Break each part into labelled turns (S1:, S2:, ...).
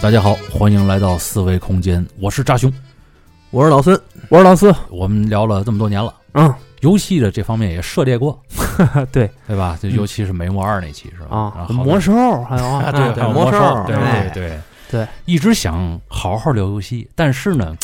S1: 大家好，欢迎来到四维空间，我是扎熊。
S2: 我是老孙，
S3: 我是老四，
S1: 我们聊了这么多年了，
S3: 嗯，
S1: 游戏的这方面也涉猎过，
S3: 对
S1: 对吧？就尤其是美墨二那期是吧？
S3: 啊
S1: 然，后
S3: 魔兽还有
S1: 啊，
S3: 啊，
S1: 对
S2: 对
S1: 还有
S2: 魔
S1: 魔
S2: 兽
S1: 兽，对
S2: 哎
S1: 对对
S3: 对，
S1: 一直想好好聊游戏，但是呢，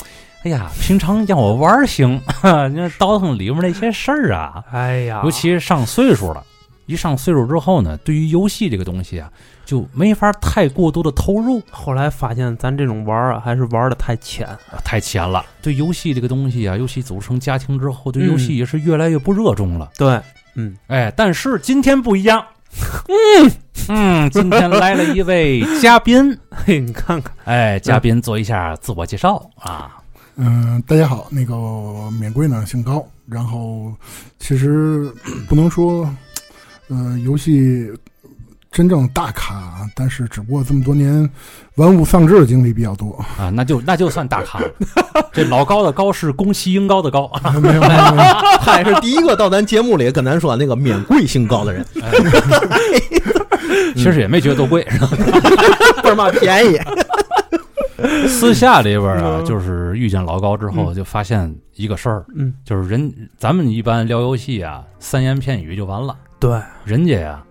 S1: 哎呀，平常让我玩儿行， 你看倒腾里面那些事儿啊，
S3: 哎呀，
S1: 尤其上岁数了，一上岁数之后呢，对于游戏这个东西啊，就没法太过多的投入，
S3: 后来发现咱这种玩儿啊，还是玩的太浅，
S1: 啊太浅了。对游戏这个东西啊，尤其组成家庭之后，对
S3: 嗯
S1: 游戏也是越来越不热衷了。
S3: 对，
S1: 哎，但是今天不一样， 嗯嗯，今天来了一位嘉 宾，
S3: 嘿，你看看，
S1: 哎，嘉宾做一下自我介绍啊。
S4: 嗯，大家好，那个我免贵呢，姓高，然后其实不能说，呃，游戏真正大咖，啊但是只不过这么多年玩物丧志的经历比较多，
S1: 啊，那就那就算大 咖了。这老高的高是宫崎英高的高，
S4: 没有没有没有，
S2: 他哎也是第一个到咱节目里跟咱说那个免贵姓高的人，
S1: 其实也没觉得多 贵。是吧
S2: 倍儿嘛便宜。
S1: 私下里边啊，就是遇见老高之后，就发现一个事儿，
S3: 嗯，
S1: 就是人咱们一般聊游戏啊，三言片语就完了，
S3: 对，
S1: 人家呀，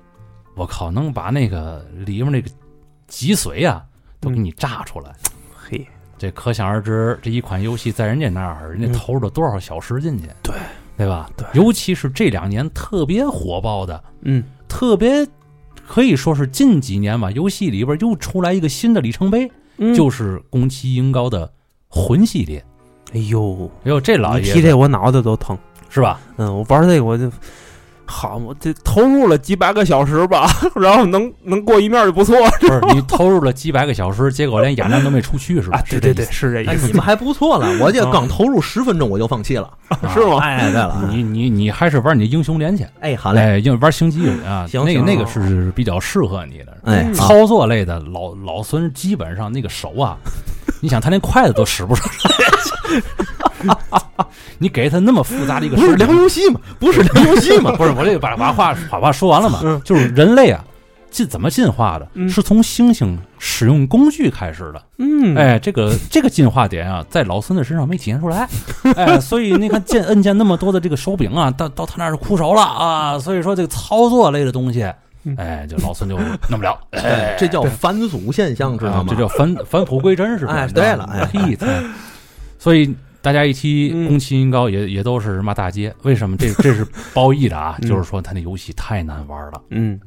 S1: 我靠，能把那个里面那个脊髓啊都
S3: 嗯
S1: 给你炸出来。
S3: 嘿，
S1: 这可想而知，这一款游戏在人家那儿，人家投入了多少小时进去？
S3: 对，
S1: 对吧？
S3: 对
S1: 尤其是这两年特别火爆的，
S3: 嗯，
S1: 特别可以说是近几年吧，游戏里边又出来一个新的里程碑，
S3: 嗯
S1: 就是宫崎英高的魂系列。
S3: 哎呦，
S1: 哎呦，这老
S3: 你
S1: 爷
S3: 提
S1: 子
S3: 这我脑子都疼，
S1: 是吧？
S3: 嗯，我玩这个我就。好，我这投入了几百个小时吧， 然后能能过一面就不错
S1: 不是，你投入了几百个小时，结果连雅亮都没出去是吧
S3: 啊！？对
S1: 是这
S3: 对
S1: 意
S3: 对，
S1: 思
S3: 是这
S2: 哎
S3: 意，思，
S2: 你们还不错了，我这刚投入十分钟我就放弃了，
S1: 啊
S3: 是吗？
S2: 哎，对了，
S1: 你你你还是玩你的英雄联去，
S2: 哎，好嘞，
S1: 哎，因为玩星际啊，
S2: 行
S1: 那个
S2: 行
S1: 那个是比较适合你的。
S2: 哎，好，
S1: 操作类的老老孙基本上那个手 啊，你想他连筷子都使不上， 你给他那么复杂的一个
S2: 不是
S1: 手
S2: 聊游戏嘛，不是聊游戏嘛，
S1: 不是我这个把把话把话说完了嘛
S3: 嗯，
S1: 就是人类啊进怎么进化的，
S3: 嗯
S1: 是从猩猩使用工具开始的。
S3: 嗯，，
S1: 哎，这个这个进化点啊，在老孙的身上没体现出来，哎，所以你看键摁键那么多的这个手柄啊，到到他那儿是枯手了啊，所以说这个操作类的东西
S3: 嗯，
S1: 哎，就老孙就弄不了，
S2: 哎这叫返祖现象， 知道
S1: 啊
S2: 吗？
S1: 这叫返返璞归真是吧？
S2: 哎
S1: 你知道
S2: 对
S1: 吗
S2: 了哎
S1: 嘿，哎所以。大家一提
S3: 嗯
S1: 宫崎英高也，也、都是骂大街。为什么？这这是褒义的啊，
S3: 嗯
S1: 就是说他那游戏太难玩了
S3: 嗯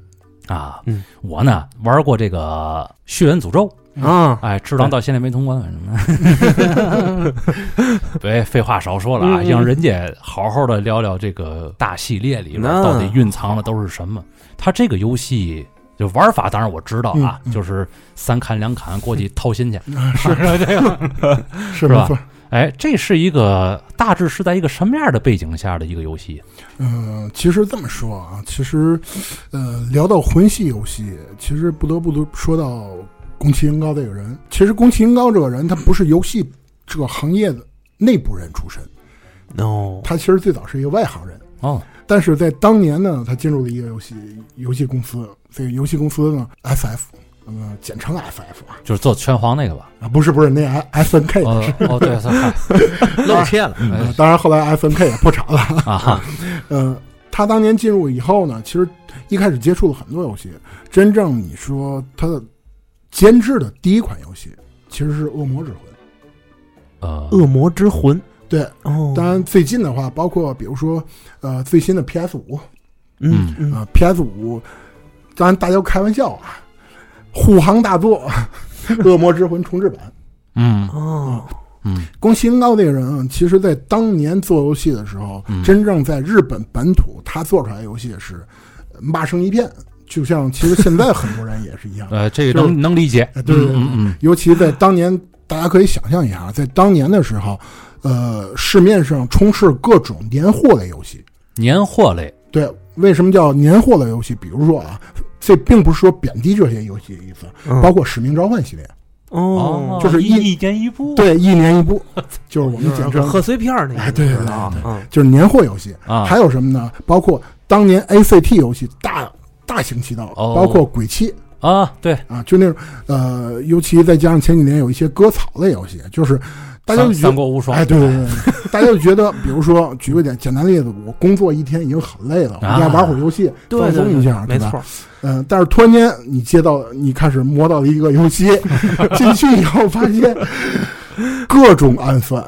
S1: 啊。
S3: 嗯
S1: 我呢玩过这个《血缘诅咒》，
S3: 啊，
S1: 哎，智狼到现在没通关，反正。 别废话少说了啊，
S3: 嗯嗯
S1: 让人家好好的聊聊这个大系列里边
S3: 那
S1: 到底蕴藏的都是什么。它这个游戏就玩法，当然我知道啊，
S4: 嗯嗯嗯
S1: 就是三砍两砍过去掏心去。
S4: 是
S1: 这个，
S4: 是
S1: 是吧
S4: 没错，
S1: 哎，这是一个大致是在一个什么样的背景下的一个游戏？
S4: 嗯，其实这么说啊，其实，呃，聊到魂系游戏，其实不得不说到宫崎英高这个人。其实宫崎英高这个人，他不是游戏这个行业的内部人出身，
S3: 哦，
S4: 他其实最早是一个外行人。
S1: 哦，
S4: 但是在当年呢，他进入了一个游戏游戏公司，这个游戏公司呢，SF，嗯、简称 SF 啊，
S1: 就是做拳皇那个吧？
S4: 啊，不是不是，那 S N K，、
S1: 哦哦，对， 嗨
S2: 露怯了，
S1: 哎
S4: 呃当然后来 S N K 也破产了。
S1: 啊哈，
S4: 呃，他当年进入以后呢，其实一开始接触了很多游戏，真正你说他的监制的第一款游戏其实是《恶魔之魂》。
S1: 呃，
S3: 恶魔之魂，
S4: 对，
S3: 哦，
S4: 当然最近的话，包括比如说呃最新的 PS 五
S3: 嗯嗯，
S4: 啊，PS 五，当然大家都开玩笑啊，护航大作《恶魔之魂》重制版。
S1: 嗯
S3: 哦，
S1: 嗯
S4: 宫崎英高那个人啊，其实在当年做游戏的时候，
S1: 嗯，
S4: 真正在日本本土他做出来的游戏是呃骂声一片，就像其实现在很多人也是一 样
S1: 呃，这个
S4: 就是
S1: 能能理解，
S4: 哎对对
S1: 嗯
S4: 对
S1: 嗯嗯，
S4: 尤其在当年，大家可以想象一下，在当年的时候，呃，市面上充斥各种年货类游戏。
S1: 年货类，
S4: 对，为什么叫年货类游戏？比如说啊，这并不是说贬低这些游戏的意思，包括《使命召唤》系列，
S3: 哦，
S4: 就是一
S1: 一年一部
S4: 对，一年一部， 就是我们简称
S3: 贺岁片儿那个，
S4: 哎对对对
S3: 啊，嗯
S4: 就是年货游戏。
S1: 啊，
S4: 还有什么呢？包括当年 ACT 游戏大大行其道，
S1: 哦
S4: 包括《鬼泣》
S1: 啊啊，对，
S4: 啊，就那种呃，尤其再加上前几年有一些割草类游戏，就是大家就
S1: 三
S4: 觉
S1: 三
S4: 得，
S1: 国无双，
S4: 哎，对对对，对大家就觉得，比如说举个简简单例子，我工作一天已经很累了，回家
S1: 啊
S4: 玩会儿游戏放松一下，
S3: 没
S4: 对吧
S3: 错。
S4: 嗯，但是突然间你接到，你开始摸到了一个游戏，进去以后发现各种暗算。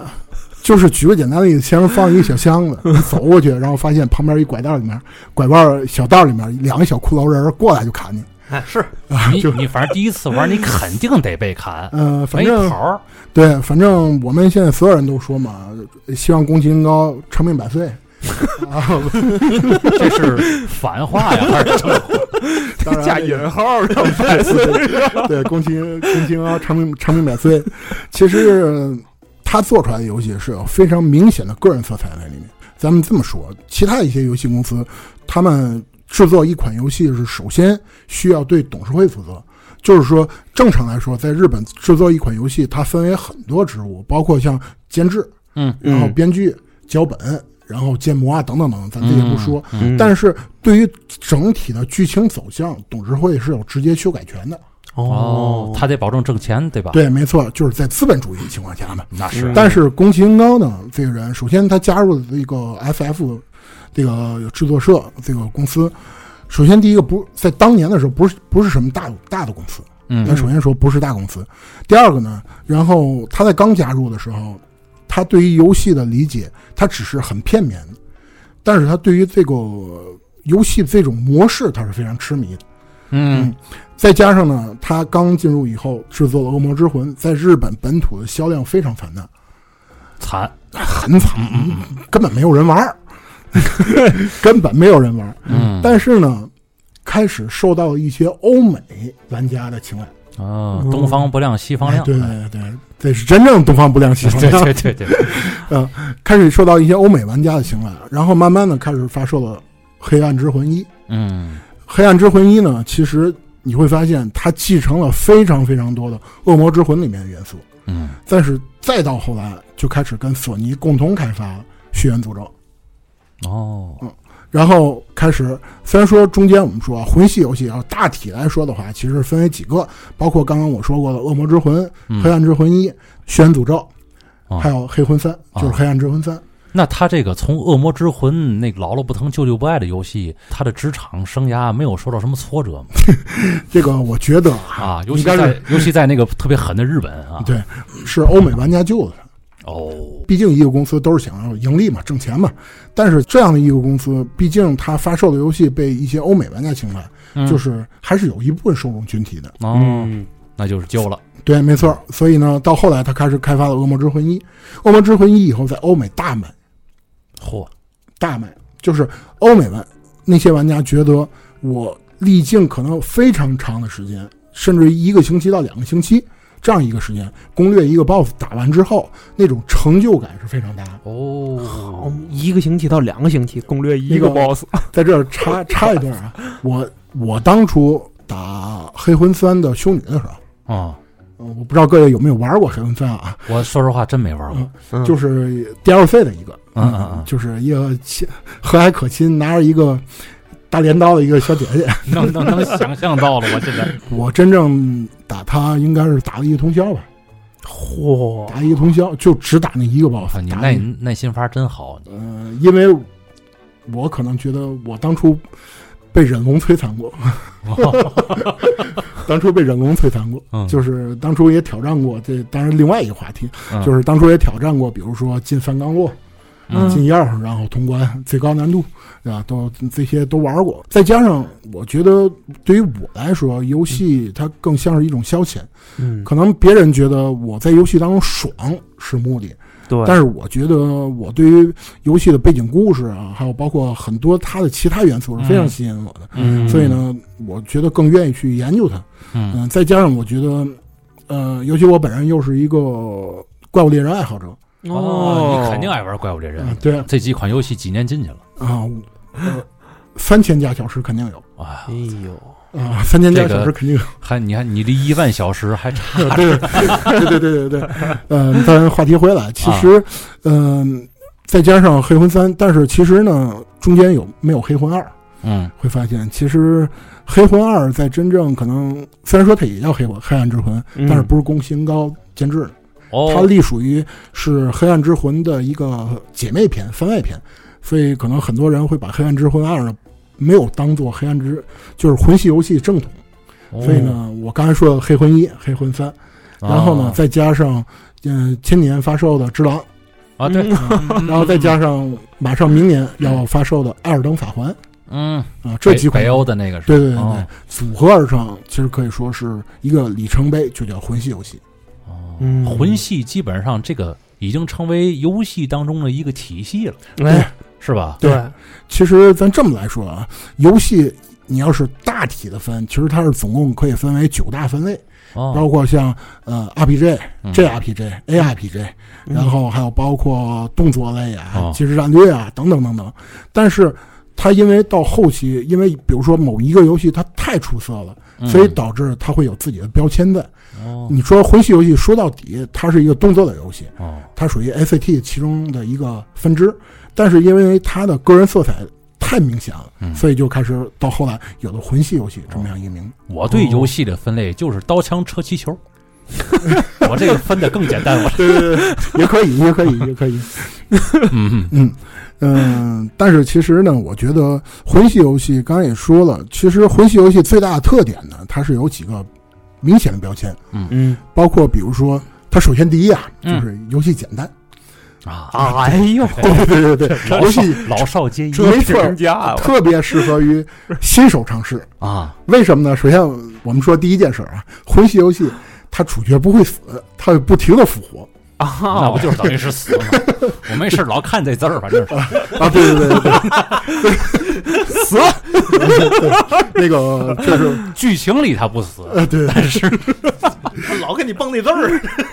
S4: 就是举个简单的例子，前面放一个小箱子，你走过去，然后发现旁边一拐道里面，拐弯小道里面两个小骷髅人儿过来就砍你。
S3: 哎，是
S1: 你你反正第一次玩，你肯定得被砍，
S4: 呃，反
S1: 没
S4: 正
S1: 跑儿
S4: 对，反正我们现在所有人都说嘛，希望宫崎英高长命百岁。啊，
S1: 这是反话呀， 还是什么
S4: 当然
S3: 加
S4: 那个
S3: 引号的百岁，
S4: 对，宫崎宫崎英高啊长命长命百岁，其实他做出来的游戏是有非常明显的个人色彩在里面。咱们这么说，其他一些游戏公司，他们制作一款游戏是首先需要对董事会负责。就是说，正常来说，在日本制作一款游戏，它分为很多职务，包括像监制、
S1: 嗯，
S4: 然后编剧、脚本，然后建模啊等等等等，咱这些不说。
S1: 嗯，
S4: 但是对于整体的剧情走向，董事会是有直接修改权的。
S1: 哦，他得保证挣钱，对吧？，
S4: 对，没错，就是在资本主义情况下嘛。
S1: 那是
S3: 嗯
S4: 但是宫崎英高呢，这个人，首先他加入了这个 FF 这个制作社这个公司，首先第一个不在当年的时候不是不是什么大大的公司，
S1: 嗯
S4: 咱首先说不是大公司。第二个呢，然后他在刚加入的时候，他对于游戏的理解，他只是很片面的，但是他对于这个游戏这种模式，他是非常痴迷的。
S1: 嗯
S4: 再加上呢，他刚进入以后制作了《恶魔之魂》，在日本本土的销量非常惨淡，
S1: 惨，嗯
S4: 很惨，根本没有人玩儿， 根本没有人玩儿。
S1: 嗯，
S4: 但是呢，开始受到一些欧美玩家的青睐。哎
S1: 哦，东方不亮西方亮，
S4: 对对对，这是真正东方不亮西 方
S1: 对
S4: 亮。
S1: 对对对对，
S4: 开始受到一些欧美玩家的青睐，然后慢慢的开始发售了《黑暗之魂一》。《
S1: 嗯
S4: 黑暗之魂一》呢，其实你会发现它继承了非常非常多的《恶魔之魂》里面的元素，
S1: 嗯，
S4: 但是再到后来就开始跟索尼共同开发了《血缘诅咒》，
S1: 哦，
S4: 然后开始虽然说中间我们说啊魂系游戏啊，大体来说的话，其实分为几个，包括刚刚我说过的《恶魔之魂》
S1: 嗯
S4: 《黑暗之魂一》《血缘诅咒
S1: 哦》，
S4: 还有《黑魂三》，就是《黑暗之魂三》。
S1: 那他这个从《恶魔之魂》那个姥姥不疼舅舅不爱的游戏，他的职场生涯没有受到什么挫折吗？
S4: 这个我觉得
S1: 啊，尤其
S4: 应该
S1: 在
S4: 是
S1: 尤其在那个特别狠的日本啊，
S4: 对是欧美玩家救的。
S1: 哦，
S4: 毕竟一个公司都是想要盈利嘛，挣钱嘛。但是这样的一个公司，毕竟它发售的游戏被一些欧美玩家青睐，
S1: 嗯
S4: 就是还是有一部分受众群体的。
S3: 嗯
S1: 哦，，那就是救了，
S4: 对，没错。所以呢，到后来他开始开发了《恶魔之魂一》，《恶魔之魂一》以后在欧美大卖，
S1: 嚯，
S4: 大卖，就是欧美玩那些玩家觉得我历尽可能非常长的时间，甚至于一个星期到两个星期这样一个时间，攻略一个 BOSS 打完之后，那种成就感是非常大的。
S1: 哦，
S3: 一个星期到两个星期攻略一个
S4: 那个
S3: boss，
S4: 在这儿插插一段啊，我我当初打《黑魂三》的修女的时候，
S1: 哦，
S4: 呃我不知道各位有没有玩过《黑魂三》啊，
S1: 我说实话真没玩过，
S4: 就是是 DLC 的一个，
S1: 嗯嗯嗯
S4: 就是一个亲和蔼可亲，拿着一个大镰刀的一个小姐姐。
S1: 能能能想象到了，我现在，
S4: 我真正打她应该是打了一个通宵吧，
S3: 嚯，
S4: 打一个通宵，就只打那一个 boss
S1: 啊，。你
S4: 打
S1: 耐
S4: 那
S1: 耐心法真好，
S4: 呃，因为我可能觉得我当初被忍龙摧残过，当初被忍龙摧残过。
S1: 嗯，
S4: 就是当初也挑战过，这当然另外一个话题，
S1: 嗯
S4: 就是当初也挑战过，比如说进三钢路、
S1: 嗯
S4: 啊进一二，然后通关最高难度，对吧？都这些都玩过。再加上我觉得对于我来说，游戏它更像是一种消遣，
S3: 嗯，
S4: 可能别人觉得我在游戏当中爽是目的，
S3: 对，
S4: 但是我觉得我对于游戏的背景故事啊，还有包括很多它的其他元素是非常吸引我的，
S1: 嗯
S4: 所以，呢，我觉得更愿意去研究它。
S1: 嗯
S4: 嗯，再加上我觉得，呃，尤其我本人又是一个怪物猎人爱好者，
S1: 哦，你肯定爱玩怪物猎人
S4: 啊，对啊，
S1: 这几款游戏几年进去了，
S4: 我呃三千加小时肯定有
S1: 哎
S3: 哎呦，
S4: 啊，三千加
S1: 这个
S4: 小时肯定有，
S1: 还你看你离一万小时还差，
S4: 对对对对对对，嗯，咱话题回来，其实，呃嗯、再加上黑魂三，但是其实呢，中间有没有黑魂二？
S1: 嗯
S4: 会发现，其实《黑魂二》在真正可能，虽然说它也叫黑魂黑暗之魂，
S3: 嗯
S4: 嗯但是不是宫新高监制的，
S1: 哦，
S4: 它隶属于是黑暗之魂的一个姐妹篇、番外篇，所以可能很多人会把《黑暗之魂二》没有当做黑暗之就是魂系游戏正统，
S1: 哦
S4: 所以，呢，我刚才说的《黑魂一》《黑魂三》，然后呢，
S1: 啊
S4: 再加上嗯、呃今年发售的《只狼
S1: 啊对，》，
S4: 然后再加上马上明年要发售的《艾尔登法环》
S1: 嗯，
S4: 啊，这
S1: 北
S4: 几款
S1: 北欧的那个是吧，
S4: 对对对对，
S1: 哦
S4: 组合而成，其实可以说是一个里程碑，就叫魂系游戏。
S1: 哦
S3: 嗯
S1: 魂系基本上这个已经成为游戏当中的一个体系了，
S3: 哎，
S1: 是吧？
S3: 对，
S4: 其实咱这么来说啊，游戏你要是大体的分，其实它是总共可以分为九大分类，
S1: 哦，
S4: 包括像呃 RPG、
S1: 嗯
S4: JRPG、ARPG，
S3: 嗯
S4: 然后还有包括动作类啊
S1: 哦、
S4: 即时战略啊等等等等。但是它因为到后期，因为比如说某一个游戏它太出色了，
S1: 嗯
S4: 所以导致它会有自己的标签在。
S1: 哦
S4: 你说魂系游戏说到底，它是一个动作类游戏，
S1: 哦
S4: 它属于 SAT 其中的一个分支，但是因为它的个人色彩太明显了，
S1: 嗯
S4: 所以就开始到后来有了魂系游戏这么样一个名。
S1: 我对游戏的分类就是刀枪车气 球，我这个分的更简单。我
S4: 对对对，也可以，也可以，也可以。
S1: 嗯
S4: 嗯嗯，但是其实呢，我觉得魂系游戏刚才也说了，其实魂系游戏最大的特点呢，它是有几个明显的标签，
S3: 嗯
S4: 包括比如说，它首先第一啊，就是游戏简单。嗯
S1: 啊，
S3: 啊，哎呦，
S4: 对对对对，
S1: 老
S4: 游
S1: 少
S4: 戏
S1: 老少皆宜
S4: 没错
S3: 评价我
S4: 特别适合于新手尝试。
S1: 啊，
S4: 为什么呢？首先，我们说第一件事儿啊，魂系游戏它主角不会死，它会不停的复活
S1: 那不
S3: 啊，
S1: 就是等于是死吗？我没事老看这字儿，反正是
S4: 啊！对对对对 对，死了。 那个就是
S1: 剧情里他不死，
S4: 呃，对
S1: 但是
S2: 老给你蹦那字 儿，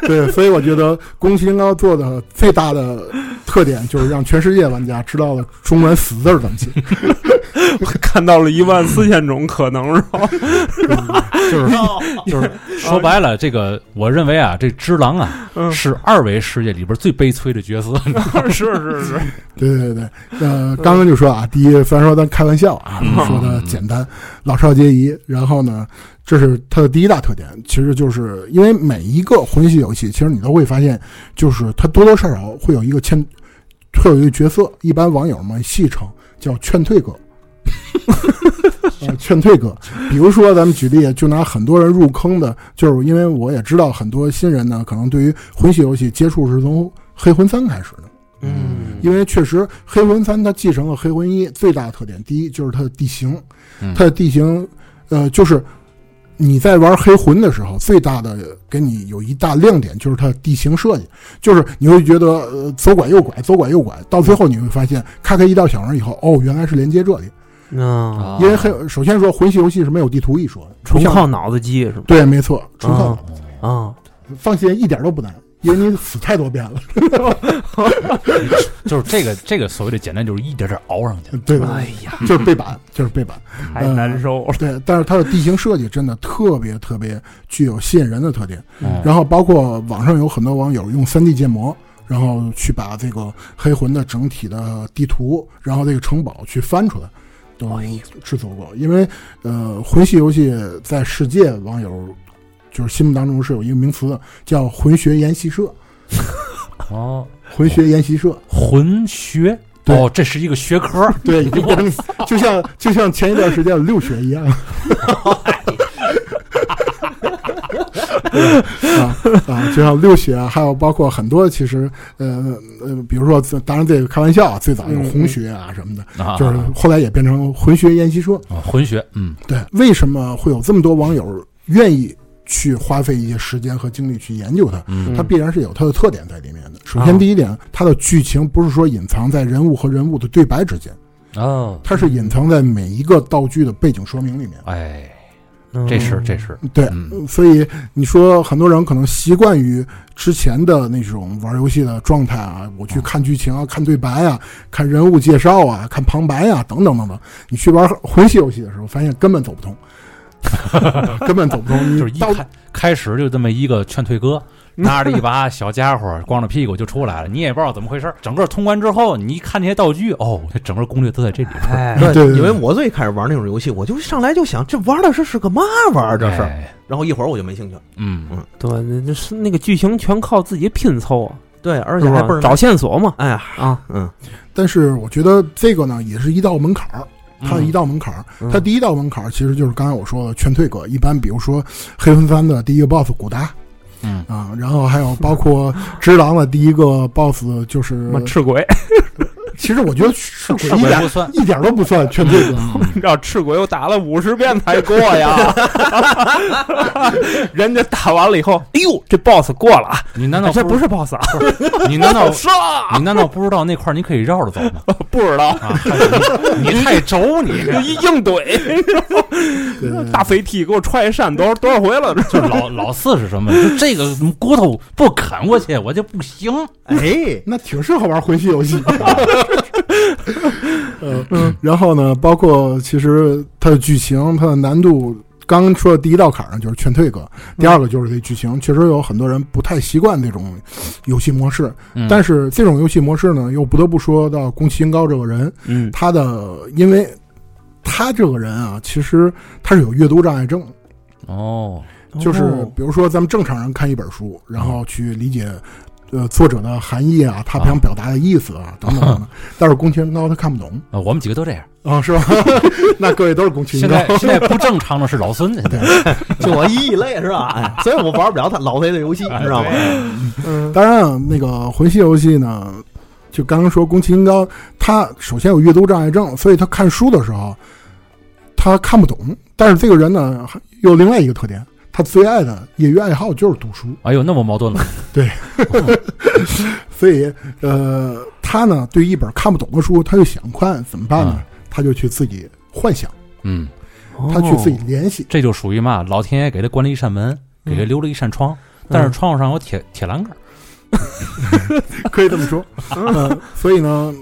S4: 对，所以我觉得宫崎英高做的最大的特点就是让全世界玩家知道了中文“死”字儿怎么写。
S3: 看到了一万四千种可能，是吧？
S1: 就是就是说白了，这个我认为啊，这只狼啊
S3: 嗯
S1: 是二维世界里边最悲催的角色。
S3: 是是是，
S4: 对对对，呃，刚刚就说啊，第一，虽然说咱开玩笑啊，说的简单，老少皆宜。然后呢，这是它的第一大特点，其实就是因为每一个魂系游戏，其实你都会发现，就是它多多少少会有一个牵，会有一个角色，一般网友们戏称叫“劝退哥”。呃劝退哥，比如说咱们举例，就拿很多人入坑的，就是因为我也知道很多新人呢，可能对于魂系游戏接触是从《黑魂三》开始的。
S1: 嗯
S4: 因为确实《黑魂三》它继承了《黑魂一》最大的特点，第一就是它的地形
S1: 嗯，
S4: 它的地形，呃，就是你在玩黑魂的时候，最大的给你有一大亮点就是它的地形设计，就是你会觉得呃左拐右拐，左拐右拐，到最后你会发现开开一道小门以后，哦，原来是连接这里。
S3: 啊，
S4: 因为黑首先说魂系游戏是没有地图一说的，
S3: 纯
S4: 不像
S3: 靠脑子记是吗？
S4: 对，没错，纯靠
S3: 啊啊，
S4: 放心，一点都不难，因为你死太多遍了。
S1: 就是这个这个所谓的简单，就是一点点熬上去。
S4: 对吧？
S3: 哎呀，
S4: 就是背板，就是背板。
S3: 太难受了，
S4: 对，但是它的地形设计真的特别特别具有吸引人的特点。
S1: 嗯
S4: 然后包括网上有很多网友用 3D 建模，然后去把这个黑魂的整体的地图，然后这个城堡去翻出来，都制作过。因为呃，魂系游戏在世界网友就是心目当中是有一个名词的，叫“魂学研习社
S1: 哦，”。
S4: 魂学研习社，
S1: 魂学
S4: 对
S1: 哦，这是一个学科。
S4: 对，已经变成就像就像前一段时间的六学一 样。对啊啊，就像六学啊，还有包括很多，其实呃呃，比如说最，当然这个开玩笑啊，最早有红学啊什么的，
S1: 嗯啊，
S4: 就是后来也变成混学研习社。
S1: 啊混血，嗯，
S4: 对，为什么会有这么多网友愿意去花费一些时间和精力去研究它？
S1: 嗯啊
S4: 它必然是有它的特点在里面的。首先，第一点，它的剧情不是说隐藏在人物和人物的对白之间，
S1: 哦，
S4: 它是隐藏在每一个道具的背景说明里面。
S1: 哎，
S3: 嗯
S1: 这是这是，
S4: 对，
S1: 嗯
S4: 所以你说很多人可能习惯于之前的那种玩游戏的状态啊，我去看剧情
S1: 嗯
S4: 啊、看对白啊、看人 物介绍啊、看旁白啊等等等等。你去玩魂系游戏的时候，发现根本走不通。根本走不通。
S1: 就是
S4: 你
S1: 一
S4: 到
S1: 开开始就这么一个劝退 哥，拿着一把小家伙，光着屁股就出来了，你也不知道怎么回事儿。整个通关之后，你一看那些道具，哦，这整个攻略都在这里边儿。
S3: 哎
S2: 对
S4: 对对
S2: 因为我最开始玩那种游戏，我就上来就想，这玩的是是个嘛玩意儿这是，
S1: 哎
S2: 然后一会儿我就没兴趣了。
S1: 嗯，
S3: 对，那那是那个剧情全靠自己拼凑啊，
S2: 对，而
S3: 是
S2: 且还
S3: 吧
S2: 倍儿？
S3: 找线索嘛
S2: 哎呀，
S3: 啊，
S2: 嗯，
S4: 但是我觉得这个呢，也是一道门槛儿。它的一
S1: 道，
S4: 道门槛儿，
S2: 嗯
S4: 它第一道门槛儿其实就是刚才我说的劝退哥。一般比如说黑魂三的第一个 BOSS 古达
S1: 嗯，
S4: 啊，然后还有包括只狼的第一个 BOSS 就是
S3: 什么，赤鬼，
S4: 其实我觉得是鬼
S1: 上
S4: 一
S1: 回
S4: 点
S1: 不算。
S4: 一点都不算劝退哥。
S3: 你知道赤鬼我打了五十遍才过呀， 人家打完了以后，哎呦，这 boss 过了啊，
S1: 你难道
S3: 这不
S1: 是？
S3: 是 boss 啊？
S1: 你难道
S3: 是啊，
S1: 你难道不知道那块儿你可以绕着走 吗？
S3: 不知道，
S1: 啊，你你太轴你，
S3: 一硬怼，
S4: 对对
S3: 大肥 T 给我踹一扇多少多少回了？
S1: 就老老四是什么？就这个骨头不啃过去，我就不行。
S2: 哎，
S4: 那挺适合玩魂系游戏。呃，然后呢，包括其实它的剧情、它的难度，刚刚说的第一道坎上就是劝退哥，第二个就是这剧情，确实有很多人不太习惯这种游戏模式。
S1: 嗯
S4: 但是这种游戏模式呢，又不得不说到宫崎英高这个人，
S3: 嗯，
S4: 他的因为他这个人啊，其实他是有阅读障碍症的。
S1: 哦，嗯
S4: 就是
S3: 哦
S4: 比如说咱们正常人看一本书，然后去理解。呃，作者的含义啊，他想表达的意 思啊，等等等等。但是宫崎英高他看不懂
S1: 啊我们几个都这样。
S4: 啊，是吧？ 那各位都是宫崎英
S1: 现
S4: 高
S1: 在，现在不正常的是老孙，现 在
S2: 就我一异类是吧？哎，所以我玩不了他老黑的游戏，你知道吗？
S3: 嗯
S4: 当然啊，那个魂系游戏呢，就刚刚说宫崎英高，他首先有阅读障碍症，所以他看书的时候他看不懂。但是这个人呢，还有另外一个特点，他最爱的业余爱好就是读书。
S1: 哎呦，那么矛盾了。
S4: 所以，呃，他呢对一本看不懂的书，他就想看，怎么办呢？
S1: 啊
S4: 他就去自己幻想，
S1: 嗯，
S4: 他去自己
S3: 哦
S4: 联系。
S1: 这就属于嘛，老天爷给他关了一扇门，给他留了一扇窗，
S4: 嗯
S1: 但是窗户上有铁铁栏杆。
S4: 可以 这么说。呃，所以呢，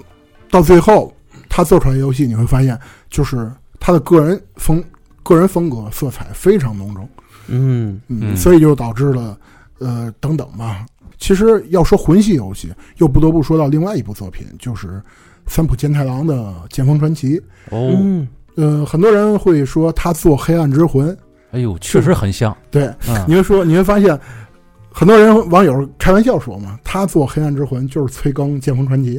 S4: 到最后他做出来的游戏，你会发现，就是他的个人风、个人风格色彩非常浓重，
S3: 嗯，
S4: 嗯，
S1: 嗯
S4: 所以就导致了，呃，等等吧。其实要说魂系游戏，又不得不说到另外一部作品，就是三浦健太郎的《剑锋传奇》。
S1: 哦，
S3: 嗯，
S4: 呃，很多人会说他做《黑暗之魂》，
S1: 哎呦，确实很像。
S4: 对，
S1: 嗯
S4: 你会说，你会发现，很多人网友开玩笑说嘛，他做《黑暗之魂》就是催更《剑锋传奇》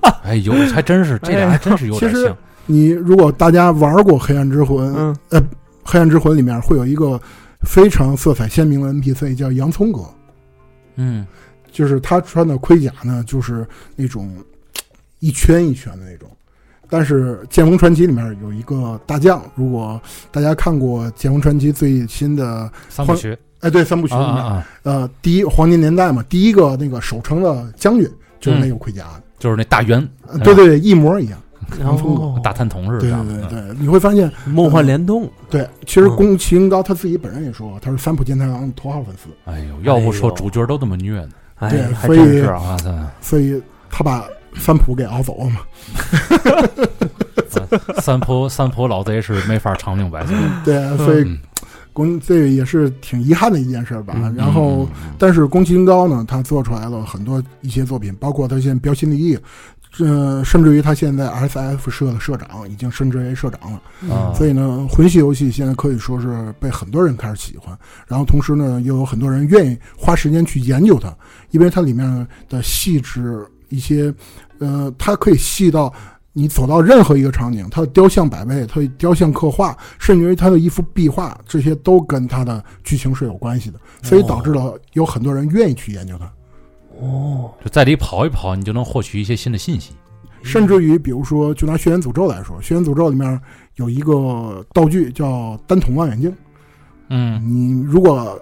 S4: 的。
S1: 哎呦，还真是，这俩还真是有点
S4: 其实
S1: 像。
S4: 你如果大家玩过《黑暗之魂》，
S3: 嗯
S4: 呃，《黑暗之魂》里面会有一个非常色彩鲜明的 NPC 叫洋葱哥，
S1: 嗯，
S4: 就是他穿的盔甲呢，就是那种嘖一圈一圈的那种。但是《剑锋传奇》里面有一个大将，如果大家看过《剑锋传奇》最新的，
S1: 三部曲
S4: 哎，对，三部曲
S1: 啊
S4: 里面，
S1: 啊啊，
S4: 呃，第一黄金年代嘛，第一个那个守城的将军就是那个盔甲，
S1: 就是那大圆
S3: 嗯
S4: 呃对对对，一模一样。
S3: 然后
S4: 洋葱狗
S1: 大探头似
S4: 对
S1: 的。
S4: 对对
S1: 嗯
S4: 对，你会发现
S3: 梦幻联动，
S4: 对，其实
S3: 嗯
S4: 宫崎英高他自己本人也说，他是三浦健太郎的头号粉丝，
S1: 哎呦，要不说
S3: 哎呦
S1: 主角都这么虐呢。哎
S3: 哎
S4: 对，
S3: 还
S4: 所以
S3: 真是啊，
S1: 哇塞！
S4: 所以他把三浦给熬走了嘛。
S1: 三婆三婆老贼是没法长命百岁。
S4: 对，所以
S1: 嗯
S4: 宫这个也是挺遗憾的一件事吧。
S3: 嗯
S4: 然后，但是宫崎英高呢，他做出来了很多一些作品，包括他现在标新立异。呃，甚至于他现在 S.F 社的社长已经升职为社长了，
S1: 啊
S4: 所以呢，魂系游戏现在可以说是被很多人开始喜欢，然后同时呢，又有很多人愿意花时间去研究它，因为它里面的细致一些，呃，它可以细到你走到任何一个场景，它的雕像百位，它的雕像刻画，甚至于它的一幅壁画，这些都跟它的剧情是有关系的，所以导致了有很多人愿意去研究它。
S3: 哦，
S1: 就在里跑一跑，你就能获取一些新的信息。
S4: 甚至于，比如说，就拿《血缘诅咒》来说，《血缘诅咒》里面有一个道具叫单筒望远镜，
S1: 嗯，
S4: 你如果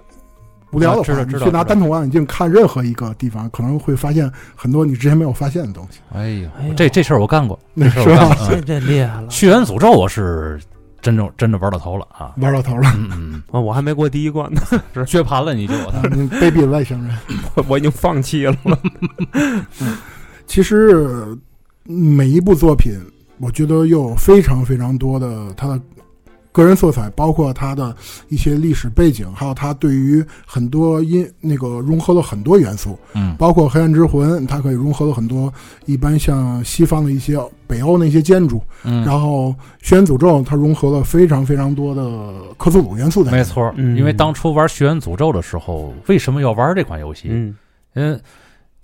S4: 无聊的
S1: 啊知
S4: 话，
S1: 道
S4: 你
S1: 知道
S4: 去拿
S1: 知道
S4: 单筒望远镜看任何一个地方，可能会发现很多你之前没有发现的东西，
S1: 哎呦
S3: 哎呦，
S1: 这这事儿我干过，
S4: 那
S1: 这
S4: 是
S1: 事儿我干
S4: 吧？
S1: 过。
S3: 这
S1: 嗯
S3: 这厉害了，
S1: 血缘诅咒我是真正真的玩到头了 啊！
S4: 玩到头了，
S1: 嗯嗯，
S3: 啊我还没过第一关呢，
S1: 嗯撅盘了你就我
S4: 啊
S1: 操！
S4: 你卑鄙的外星人。
S3: 我已经放弃了。
S4: 其实呃每一部作品，我觉得又有非常非常多的它的个人色彩，包括他的一些历史背景，还有他对于很多音那个融合了很多元素，
S1: 嗯
S4: 包括《黑暗之魂》，它可以融合了很多一般像西方的一些北欧那些建筑，
S1: 嗯，
S4: 然后《血源诅咒》它融合了非常非常多的克苏鲁元素在
S1: 没
S4: 里面，
S1: 错，
S3: 嗯
S1: 因为当初玩《血源诅咒》的时候，为什么要玩这款游戏？
S3: 嗯，
S1: 嗯，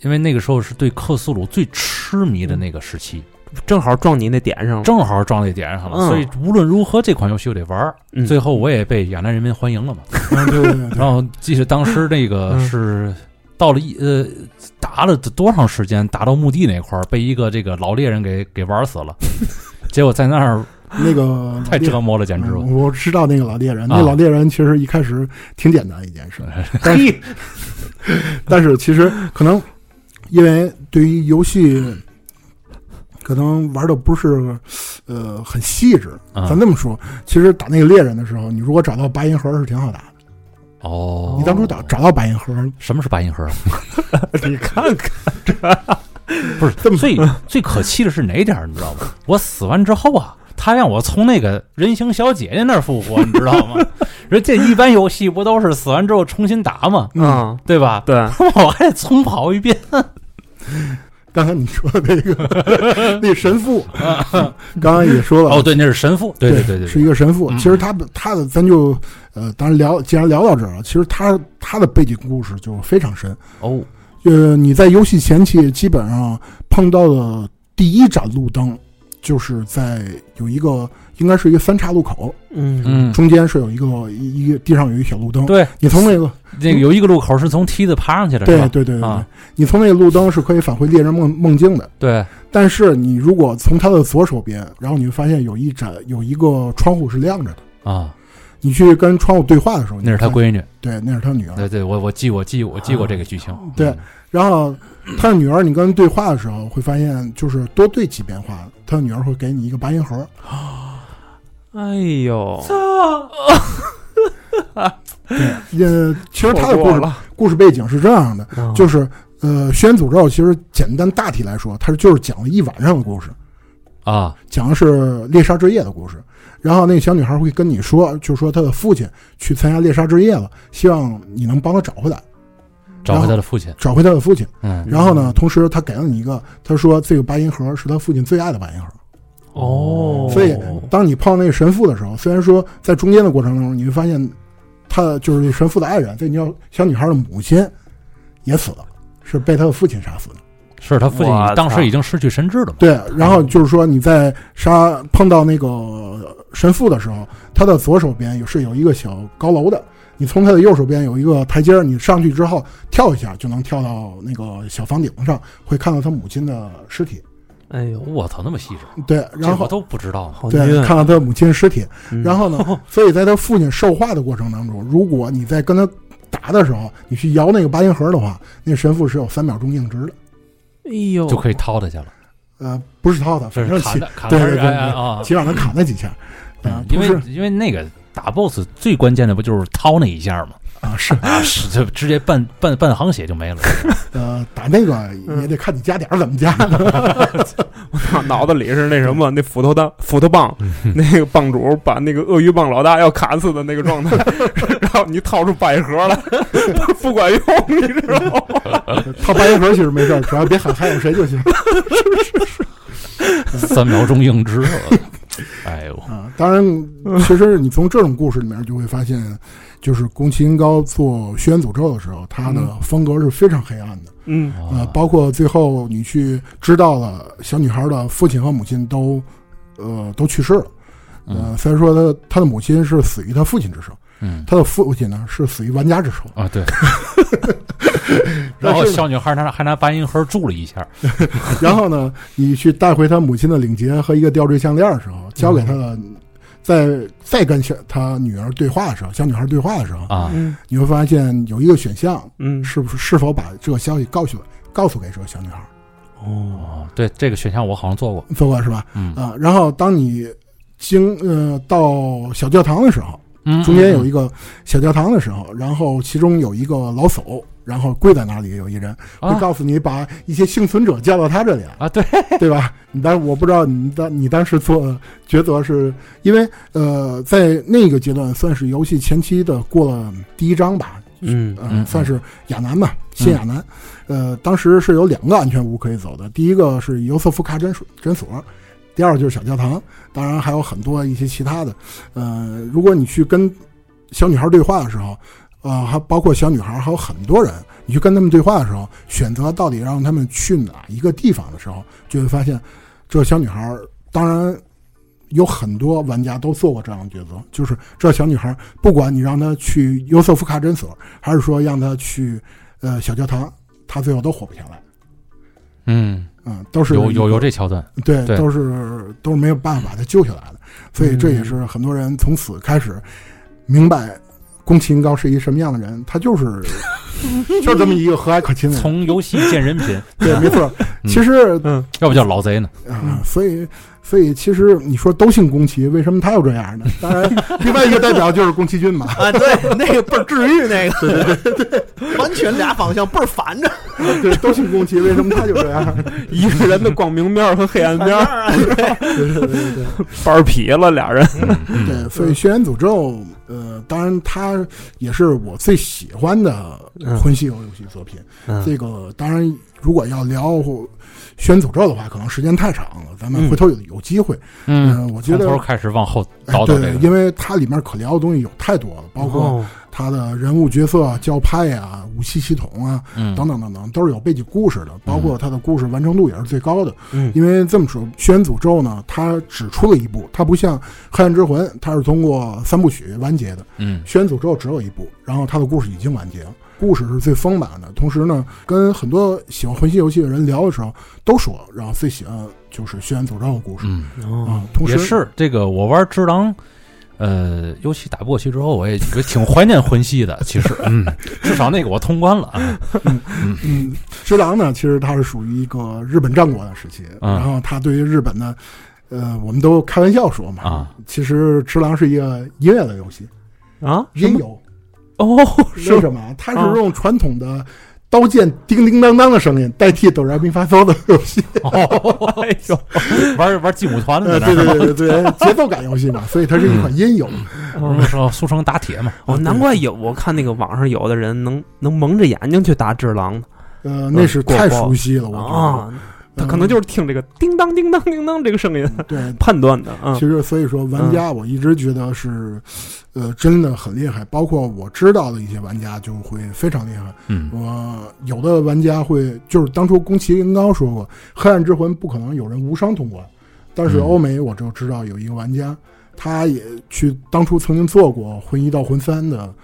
S1: 因为那个时候是对克苏鲁最痴迷的那个时期，
S3: 正好撞你那点上了。
S1: 正好撞在点上了，
S3: 嗯
S1: 所以无论如何这款游戏我得玩儿。
S3: 嗯
S1: 最后我也被亚南人民欢迎了嘛。
S4: 嗯对对 对对
S1: 然后记得当时那个
S3: 嗯
S1: 是到了一呃，打了多长时间，打到墓地那块儿，被一个这个老猎人给给玩死 了。结果在那儿
S4: 那个
S1: 太折磨了，简直
S4: 嗯
S1: 我。
S4: 我知道那个老猎人，
S1: 啊
S4: 那老猎人其实一开始挺简单一件 事，但是但是其实可能因为对于游戏。可能玩的不是，呃，很细致。
S1: 嗯
S4: 咱这么说，其实打那个猎人的时候，你如果找到白银盒是挺好打的。
S1: 哦，
S4: 你当初找找到白银盒，
S1: 什么是白银盒？啊
S3: 你看看，
S1: 不是 最最可气的是哪一点儿，你知道吗？我死完之后啊，他让我从那个人形小姐姐那儿复活，你知道吗？ 人家一般游戏不都是死完之后重新打吗？
S3: 嗯，
S1: 对吧？
S3: 对，
S1: 我还得重跑一遍。
S4: 刚才你说的那个 那神父， 刚刚也说了，
S1: 啊哦，对，那是神父，对对对对
S4: 是
S1: 对，
S4: 一个神父。
S1: 嗯
S4: 其实他的他的，咱就呃，当然聊，既然聊到这儿了，其实他他的背景故事就非常深。
S1: 哦，
S4: 呃，你在游戏前期基本上碰到的第一盏路灯，就是在有一个应该是一个三岔路口，
S3: 嗯
S1: 嗯，
S4: 中间是有一个一一个地上有一小路灯。
S1: 对，
S4: 你从那个
S1: 那个有一个路口是从梯子爬上去的，
S4: 嗯对
S1: 是吧？
S4: 对对对对
S1: 啊，
S4: 你从那个路灯是可以返回猎人梦梦境的。
S1: 对，
S4: 但是你如果从它的左手边，然后你会发现有一盏有一个窗户是亮着的。
S1: 啊，
S4: 你去跟窗户对话的时候，
S1: 那是他
S4: 你会
S1: 闺女，
S4: 发现对，那是他女儿。
S1: 对对，我我记我记我记过这个剧情，
S4: 嗯对然后他的女儿，你跟人对话的时候会发现，就是多对几遍话，他的女儿会给你一个白银盒。
S3: 哎呦，
S1: 嗯
S4: 对，呃，其实他的
S3: 错
S4: 故
S3: 过
S4: 事
S3: 了，
S4: 故事背景是这样的，
S3: 嗯
S4: 就是呃，《轩辕诅咒》其实简单大体来说，它就是讲了一晚上的故事，
S1: 啊，
S4: 讲的是猎杀之夜的故事。然后那个小女孩会跟你说，就说她的父亲去参加猎杀之夜了，希望你能帮他找回来，
S1: 找回他的父亲，
S4: 找回他的父亲。
S1: 嗯，
S4: 然后呢，同时他给了你一个，他说这个白银盒是他父亲最爱的白银盒。
S3: 哦
S4: 所以当你碰到那个神父的时候，虽然说在中间的过程当中，你会发现他就是那神父的爱人，这小小女孩的母亲也死了，是被他的父亲杀死的。
S1: 是他父亲
S3: 我操
S1: 当时已经失去神智了嘛？
S4: 对，然后就是说你在杀碰到那个神父的时候，他的左手边有是有一个小高楼的。你从他的右手边有一个台阶儿，你上去之后跳一下就能跳到那个小房顶上，会看到他母亲的尸体。
S3: 哎呦，
S1: 我操，那么细致，
S4: 对，然
S1: 这我
S4: 后
S1: 都不知道
S3: 好
S4: 对
S3: 晕，
S4: 看到他母亲的尸体，
S3: 嗯
S4: 然后 呢，所以在他父亲受化的过程当中，如果你在跟他打的时候，你去摇那个八音盒的话，那神父是有三秒钟静止的。
S3: 哎呦，
S1: 就可以掏他去了，
S4: 呃，不是掏他，
S1: 这
S4: 反
S1: 是
S4: 正
S1: 砍
S4: 起
S1: 的砍
S4: 对
S1: 的
S4: 对对
S1: 哎哎啊，
S4: 起让他砍了几下。啊
S1: 嗯，因
S4: 同
S1: 为
S4: 时
S1: 因为那个打 BOSS 最关键的不就是掏那一下吗？
S4: 啊 是
S1: 啊，是就直接半半半行血就没了。
S4: 呃打那个也得看你加点儿怎么加。
S1: 嗯
S3: 脑脑子里是那什么，那斧头当斧头棒， 那个棒主把那个鳄鱼棒老大要砍死的那个状态， 然后你掏出百合来， 不管用，你知道吗？
S4: 掏八音盒其实没事儿，只要别喊还有谁 就行。
S1: 三秒钟硬 直，哎呦，
S4: 啊，当然，其实你从这种故事里面就会发现，就是宫崎英高做《轩辕诅咒》的时候，他的
S1: 嗯
S4: 风格是非常黑暗的。
S3: 嗯
S4: 呃，
S1: 啊
S4: 包括最后你去知道了小女孩的父亲和母亲都，呃，都去世了。
S1: 嗯
S4: 呃，虽然说她她的母亲是死于她父亲之手，
S1: 嗯
S4: 她的父亲呢是死于玩家 之手。
S1: 啊 对。然后小女孩她还拿白银盒住了一下，
S4: 然后呢，你去带回她母亲的领结和一个吊坠项链的时候，交给她的，
S1: 嗯
S4: 在再跟小她女儿对话的时候，小女孩对话的时候，
S1: 啊，
S3: 嗯
S4: 你会发现有一个选项
S3: 嗯，
S4: 是不是是否把这个消息告诉告诉给这个小女孩，
S3: 哦，
S1: 哦，对这个选项我好像做过，
S4: 做过是吧？
S1: 嗯
S4: 啊，然后当你经呃到小教堂的时候，
S1: 嗯
S4: 中间有一个小教堂的时候，然后其中有一个老叟，然后跪在那里有一人会
S1: 啊
S4: 告诉你把一些幸存者叫到他这里来。
S1: 啊， 对，
S4: 对吧？你当我不知道你当你当时做的抉择是因为呃，在那个阶段算是游戏前期的过了第一章吧，
S3: 嗯
S4: 呃、
S1: 嗯
S4: 算是亚南吧，新亚南。呃，当时是有两个安全屋可以走的，第一个是尤瑟夫卡诊所诊所。第二就是小教堂，当然还有很多一些其他的。呃，如果你去跟小女孩对话的时候，呃，还包括小女孩，还有很多人，你去跟他们对话的时候，选择到底让他们去哪一个地方的时候，就会发现，这小女孩儿当然有很多玩家都做过这样的抉择，就是这小女孩儿，不管你让她去尤瑟夫卡诊所，还是说让她去呃小教堂，她最后都活不下来。
S1: 嗯，
S4: 嗯，都是
S1: 有有
S4: 一个
S1: 有这桥段，
S4: 对，
S1: 对
S4: 都是都是没有办法把他救下来的，所以
S1: 嗯
S4: 这也是很多人从此开始明白宫崎英高是一什么样的人，他就是就是这么一个和蔼可亲的人，
S1: 从游戏见人品，
S4: 对，没错。
S1: 嗯
S4: 其实
S3: 嗯，
S1: 要不叫老 贼呢？
S4: 啊，所以所以其实你说都姓宫崎，为什么他又这样呢？当然，另外一个代表就是宫崎骏嘛。
S2: 啊，对，那个倍儿治愈，那个对， 完全俩方向倍儿烦着，
S4: 对，都姓宫崎，为什么他就这样？
S3: 一个人的光明面儿和黑暗面儿，
S4: 对对对对。
S3: 板儿皮了俩人。
S1: 嗯
S4: 对，所以《轩辕诅咒》呃，当然它也是我最喜欢的
S1: 嗯
S4: 魂系游戏作品。
S3: 嗯
S4: 这个当然，如果要聊《轩辕诅咒》的话，可能时间太长了，咱们回头有有机会。
S1: 嗯，
S4: 我觉
S1: 从
S4: 得
S1: 头开始往后
S4: 哎
S1: 倒倒
S4: 对
S1: 这，个，
S4: 因为它里面可聊的东西有太多了，包括
S3: 哦，
S4: 它的人物角色、教派啊、武器系统啊
S1: 嗯，
S4: 等等等等，都是有背景故事的，包括它的故事完成度也是最高的。
S3: 嗯
S4: 因为这么说，《轩辕诅咒》呢，它只出了一部，它不像《黑暗之魂》，它是通过三部曲完结的。
S1: 嗯
S4: 《轩辕诅咒》只有一部，然后它的故事已经完结了，故事是最丰满的。同时呢，跟很多喜欢魂系游戏的人聊的时候，都说，然后最喜欢就是《轩辕诅咒》的故事
S1: 嗯，
S4: 啊。同时
S1: 也是这个，我玩只狼，呃，尤其打不过去之后，我也我挺怀念魂系的。其实， 嗯，至少那个我通关了啊。
S4: 嗯，之狼呢，其实它是属于一个日本战国的时期，
S1: 嗯
S4: 然后它对于日本呢，呃，我们都开玩笑说嘛，
S1: 啊
S4: 其实之狼是一个音乐的游戏，
S3: 啊，
S4: 音游，
S3: 哦，是啊
S4: 为什么？它是用传统的刀剑叮叮当当的声音代替哆来咪发嗦的游戏，
S1: 哦，哎呦，玩玩劲舞团的
S4: 呃，
S1: 在那
S4: 对
S1: 儿
S4: 对对对对，节奏感游戏嘛，所以它是一款音游，
S1: 不是嗯说俗称打铁嘛？
S3: 哦，难怪有我看那个网上有的人能能蒙着眼睛去打智狼
S4: 呃，那是太熟悉了，我觉得，
S3: 啊，他可能
S1: 嗯
S3: 就是听这个叮当叮当叮当这个声音
S4: 嗯对。
S3: 判断的啊
S4: 其。实，所以说，玩
S3: 嗯
S4: 家我一直觉得是，呃，真的很厉害。包括我知道的一些玩家就会非常厉害，
S1: 嗯
S4: 我有的玩家会，就是当初宫崎英高说过，《黑暗之魂》不可能有人无伤通关，但是
S1: 嗯
S4: 欧美我就知道有一个玩家，他也去当初曾经做过《魂一》到《魂三》的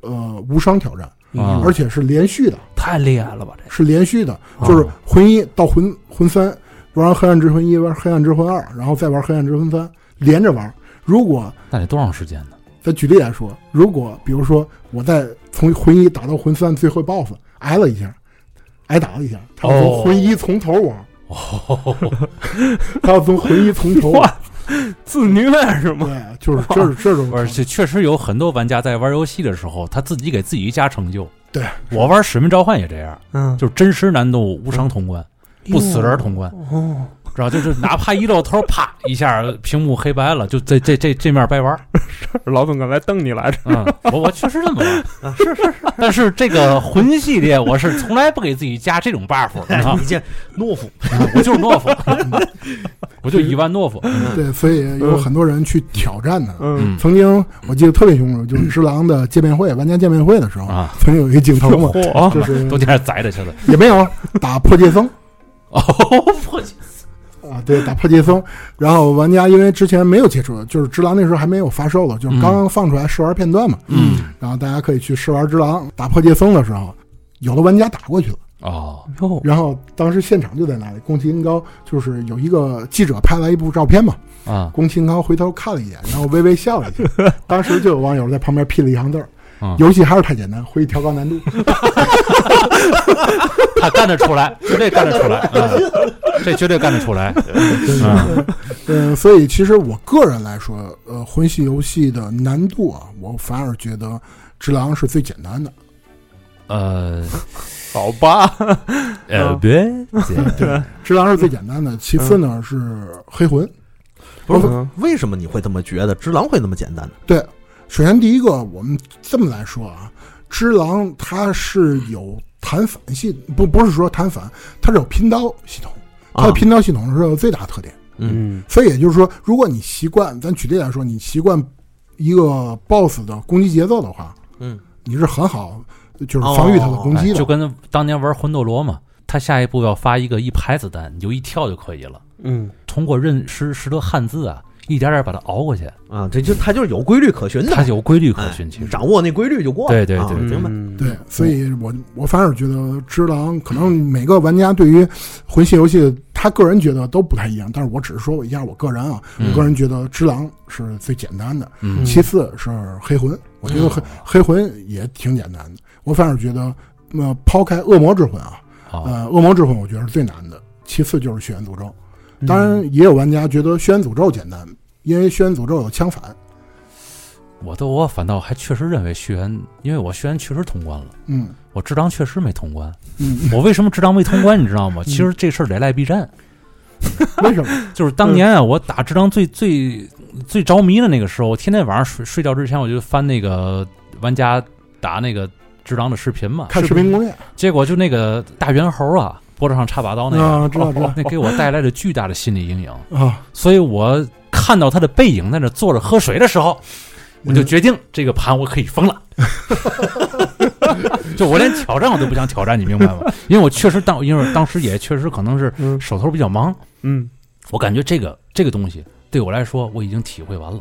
S4: 呃无伤挑战，
S1: 啊
S4: 而且是连续的，
S3: 嗯太厉害了吧这
S4: 是连续的，就是《魂一》到《魂魂三》，玩《黑暗之魂一》，玩《黑暗之魂二》，然后再玩《黑暗之魂三》，连着玩。如果
S1: 那得多长时间呢？
S4: 咱举例来说，如果比如说我在从魂一打到魂三最后 BOSS 挨了一下，挨打了一下，他要
S1: 哦
S4: 从魂一从头玩，
S1: 哦，
S4: 他要从魂一从头玩，
S3: 哇，自虐是吗？
S4: 对，就是这是这种
S1: 而且确实有很多玩家在玩游戏的时候，他自己给自己加成就。
S4: 对
S1: 我玩《使命召唤》也这样，
S3: 嗯，
S1: 就是真实难度无伤通关，不死人通关，
S3: 哦，
S1: 知道？就是哪怕一露头，啪一下屏幕黑白了，就这这这这面白玩。
S3: 老总刚才瞪你来着，
S1: 嗯，我我确实这么玩，是是是。但是这个魂系列，我是从来不给自己加这种 buff，你知道吗嗯
S2: 你这懦夫，
S1: 我就是懦夫，我就一万懦夫。
S4: 对，所以有很多人去挑战他。
S3: 嗯
S1: 嗯
S4: 曾经我记得特别清楚，就是《只狼》的见面会，玩家见面会的时候，
S1: 啊，
S4: 曾经有一个镜头嘛，
S3: 嚯，
S4: 就是
S1: 都在那儿宰着去了。
S4: 也没有打破戒僧，
S1: 哦，破戒
S4: 啊，对，打破解封。然后玩家因为之前没有接触，就是《只狼》那时候还没有发售了，就是刚刚放出来试玩片段嘛。
S1: 嗯，
S4: 然后大家可以去试玩《只狼》打破解封的时候，有的玩家打过去了。
S1: 哦，
S3: 哟，
S4: 然后当时现场就在那里，宫崎英高就是有一个记者拍来一部照片嘛，
S1: 啊，
S4: 宫崎英高回头看了一眼，然后微微笑了一下。当时就有网友在旁边批了一行字儿：“
S1: 嗯
S4: 游戏还是太简单，会调高难度。
S1: 他干得出来，绝对干得出来，嗯这绝对干得出来。嗯
S4: 嗯，所以其实我个人来说，呃，魂系游戏的难度啊，我反而觉得《只狼》是最简单的。
S1: 呃
S3: 好吧，
S1: 呃，别
S4: 《只狼》是最简单的，其次呢是《黑魂》。
S2: 不是
S1: 嗯
S2: 为什么你会这么觉得？只狼会那么简单呢？
S4: 首先第一个，我们这么来说啊，《只狼》它是有弹反系，不不是说弹反，它是有拼刀系统，它
S2: 啊
S4: 的，拼刀系统是有最大特点。
S2: 嗯，
S4: 所以也就是说，如果你习惯，咱举例来说，你习惯一个 BOSS 的攻击节奏的话，
S2: 嗯，
S4: 你是很好就是防御他的攻击
S1: 哎
S4: 的。
S1: 就跟当年玩魂斗罗嘛，他下一步要发一个一排子弹，你就一跳就可以了。
S3: 嗯，
S1: 通过认识识得汉字啊，一点点把它熬过去，
S2: 啊，这就它就是有规律可循的，
S1: 它有规律可
S2: 哎
S1: 循。其
S2: 你
S1: 实
S2: 掌握那规律就过了。
S1: 对对
S2: 啊
S3: 嗯
S1: 对
S2: 明白。
S3: 白
S4: 对，所以
S1: 嗯
S4: 我我反而觉得《只狼》可能每个玩家对于魂系游戏，他个人觉得都不太一样。但是我只是说我一下我个人啊，
S1: 嗯
S4: 我个人觉得《只狼》是最简单的，
S1: 嗯
S4: 其次是《黑魂》，我觉得黑《黑魂》也挺简单的。我反而觉得，呃，抛开《恶魔之魂》啊，
S1: 啊，
S4: 呃，《恶魔之魂》我觉得是最难的，其次就是《血缘诅咒》。
S1: 嗯
S4: 当然，也有玩家觉得《轩辕诅咒》简单，因为《轩辕诅咒》有枪反。
S1: 我都我反倒还确实认为血缘，因为我血缘确实通关了，
S4: 嗯
S1: 我智障确实没通关。
S4: 嗯，
S1: 我为什么智障没通关，你知道吗？其实这事儿得赖 B 站，
S4: 为 什么？
S1: 就是当年啊，我打智障最最最着迷的那个时候，我天天晚上睡睡觉之前我就翻那个玩家打那个智障的视频嘛，
S4: 看视频攻略
S1: 结果就那个大猿猴啊，脖子上插把刀那个，
S4: 啊，知道知道
S1: 那给我带来了巨大的心理阴影。
S4: 啊，
S1: 所以我看到他的背影在那坐着喝水的时候，
S4: 嗯
S1: 我就决定这个盘我可以封了。 就我连挑战我都不想挑战，你明白吗？因为我确实当，因为当时也确实可能是
S3: 嗯
S1: 手头比较忙，
S3: 嗯
S1: 我感觉这个这个东西对我来说我已经体会完了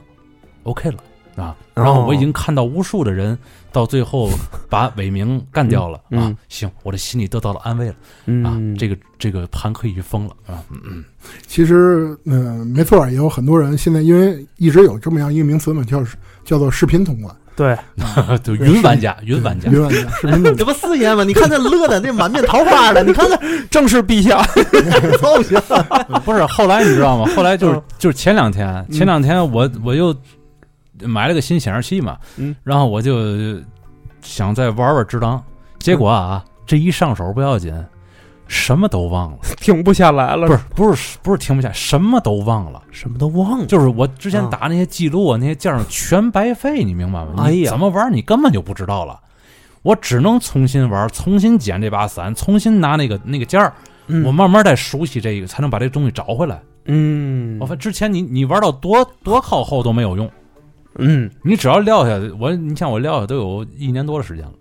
S1: ，OK 了。啊，
S3: 哦
S1: 然后我已经看到无数的人到最 后把伟明干掉了、
S3: 嗯
S1: 啊
S3: 嗯，
S1: 行，我的心里得到了安慰了、啊，这个这个盘可以去封了啊，
S4: 其实嗯、没错，也有很多人现在因为一直有这么样一个名词嘛，叫叫做视频通关，
S3: 对，
S1: 就云玩家，云玩家，
S4: 云 玩家视频
S1: 嗯
S4: 通
S2: 这不四爷吗？你看他乐的那满面桃花的，你看他
S3: 正是陛下，
S2: 造 型，
S1: 呃不是，后来你知道吗？后来
S3: 嗯
S1: 就是就是前两天，前两天我我又买了个新显示器嘛，
S3: 嗯
S1: 然后我就想再玩玩《只狼》，结果啊，这一上手不要紧，什么都忘了，
S3: 停不下来了，
S1: 不是不是不是停不下，什么都忘了。
S2: 什么都忘了。
S1: 就是我之前
S2: 啊
S1: 打那些记录啊，那些键上全白费，你明白吗？
S2: 哎
S1: 你
S2: 呀
S1: 怎么玩你根本就不知道了。我只能重新玩，重新捡这把伞，重新拿那个那个件儿，
S3: 嗯
S1: 我慢慢再熟悉这个，才能把这个东西找回来。
S3: 嗯，
S1: 我发之前你你玩到多多靠后都没有用，
S3: 嗯
S1: 你只要撂下我，你像我撂下都有一年多的时间了，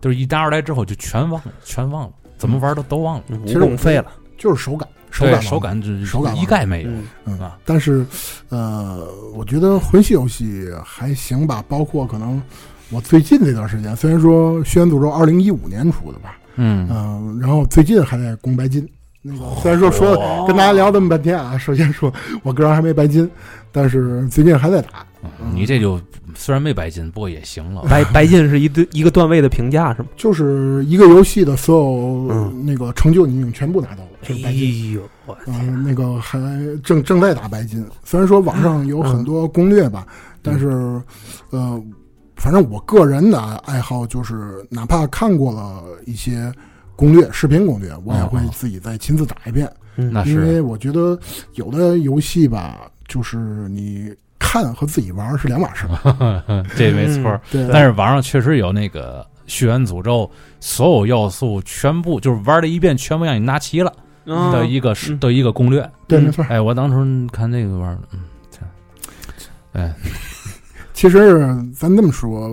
S1: 就是一拿出来之后就全忘了，全忘了，怎么玩都都忘了，
S3: 武
S4: 其实
S3: 功废了，
S4: 就是手感，手
S1: 对
S4: 感
S1: 手
S4: 手。
S1: 感就
S4: 手感
S1: 一概没有。
S4: 嗯
S1: 啊，
S4: 但是呃，我觉得魂系游戏还行吧，包括可能我最近这段时间，虽然说《轩辕诅咒》二零一五年出的吧，
S1: 嗯，
S4: 嗯、然后最近还在攻白金。那个虽然说说跟大家聊这么半天啊，首先说我个人还没白金，但是最近还在打。
S1: 你这就虽然没白金，不过也行了。
S3: 白白金是一对一个段位的评价是吗？
S4: 就是一个游戏的所有、
S3: 嗯
S4: 那个成就你已经全部拿到了，就是
S1: 哎
S5: 哎
S4: 白金。
S3: 呦，我
S4: 嗯、那个还正正在打白金，虽然说网上有很多攻略吧，但是，呃，反正我个人的爱好就是，哪怕看过了一些攻略、视频攻略，我也会
S1: 嗯嗯
S4: 自己再亲自打一遍。
S3: 嗯
S1: 那
S4: 因
S1: 啊是
S4: 为我觉得有的游戏吧，就是你看和自己玩是两码事儿。
S1: 这没错儿，
S4: 对，
S1: 啊但是网上确实有那个血缘诅咒所有要素全部就是玩了一遍，全部让你拿齐了的一个
S3: 嗯
S1: 的一个攻略。
S4: 对，没错儿。
S1: 哎，我当初看这个玩儿，嗯，这哎，
S4: 其实咱这么说，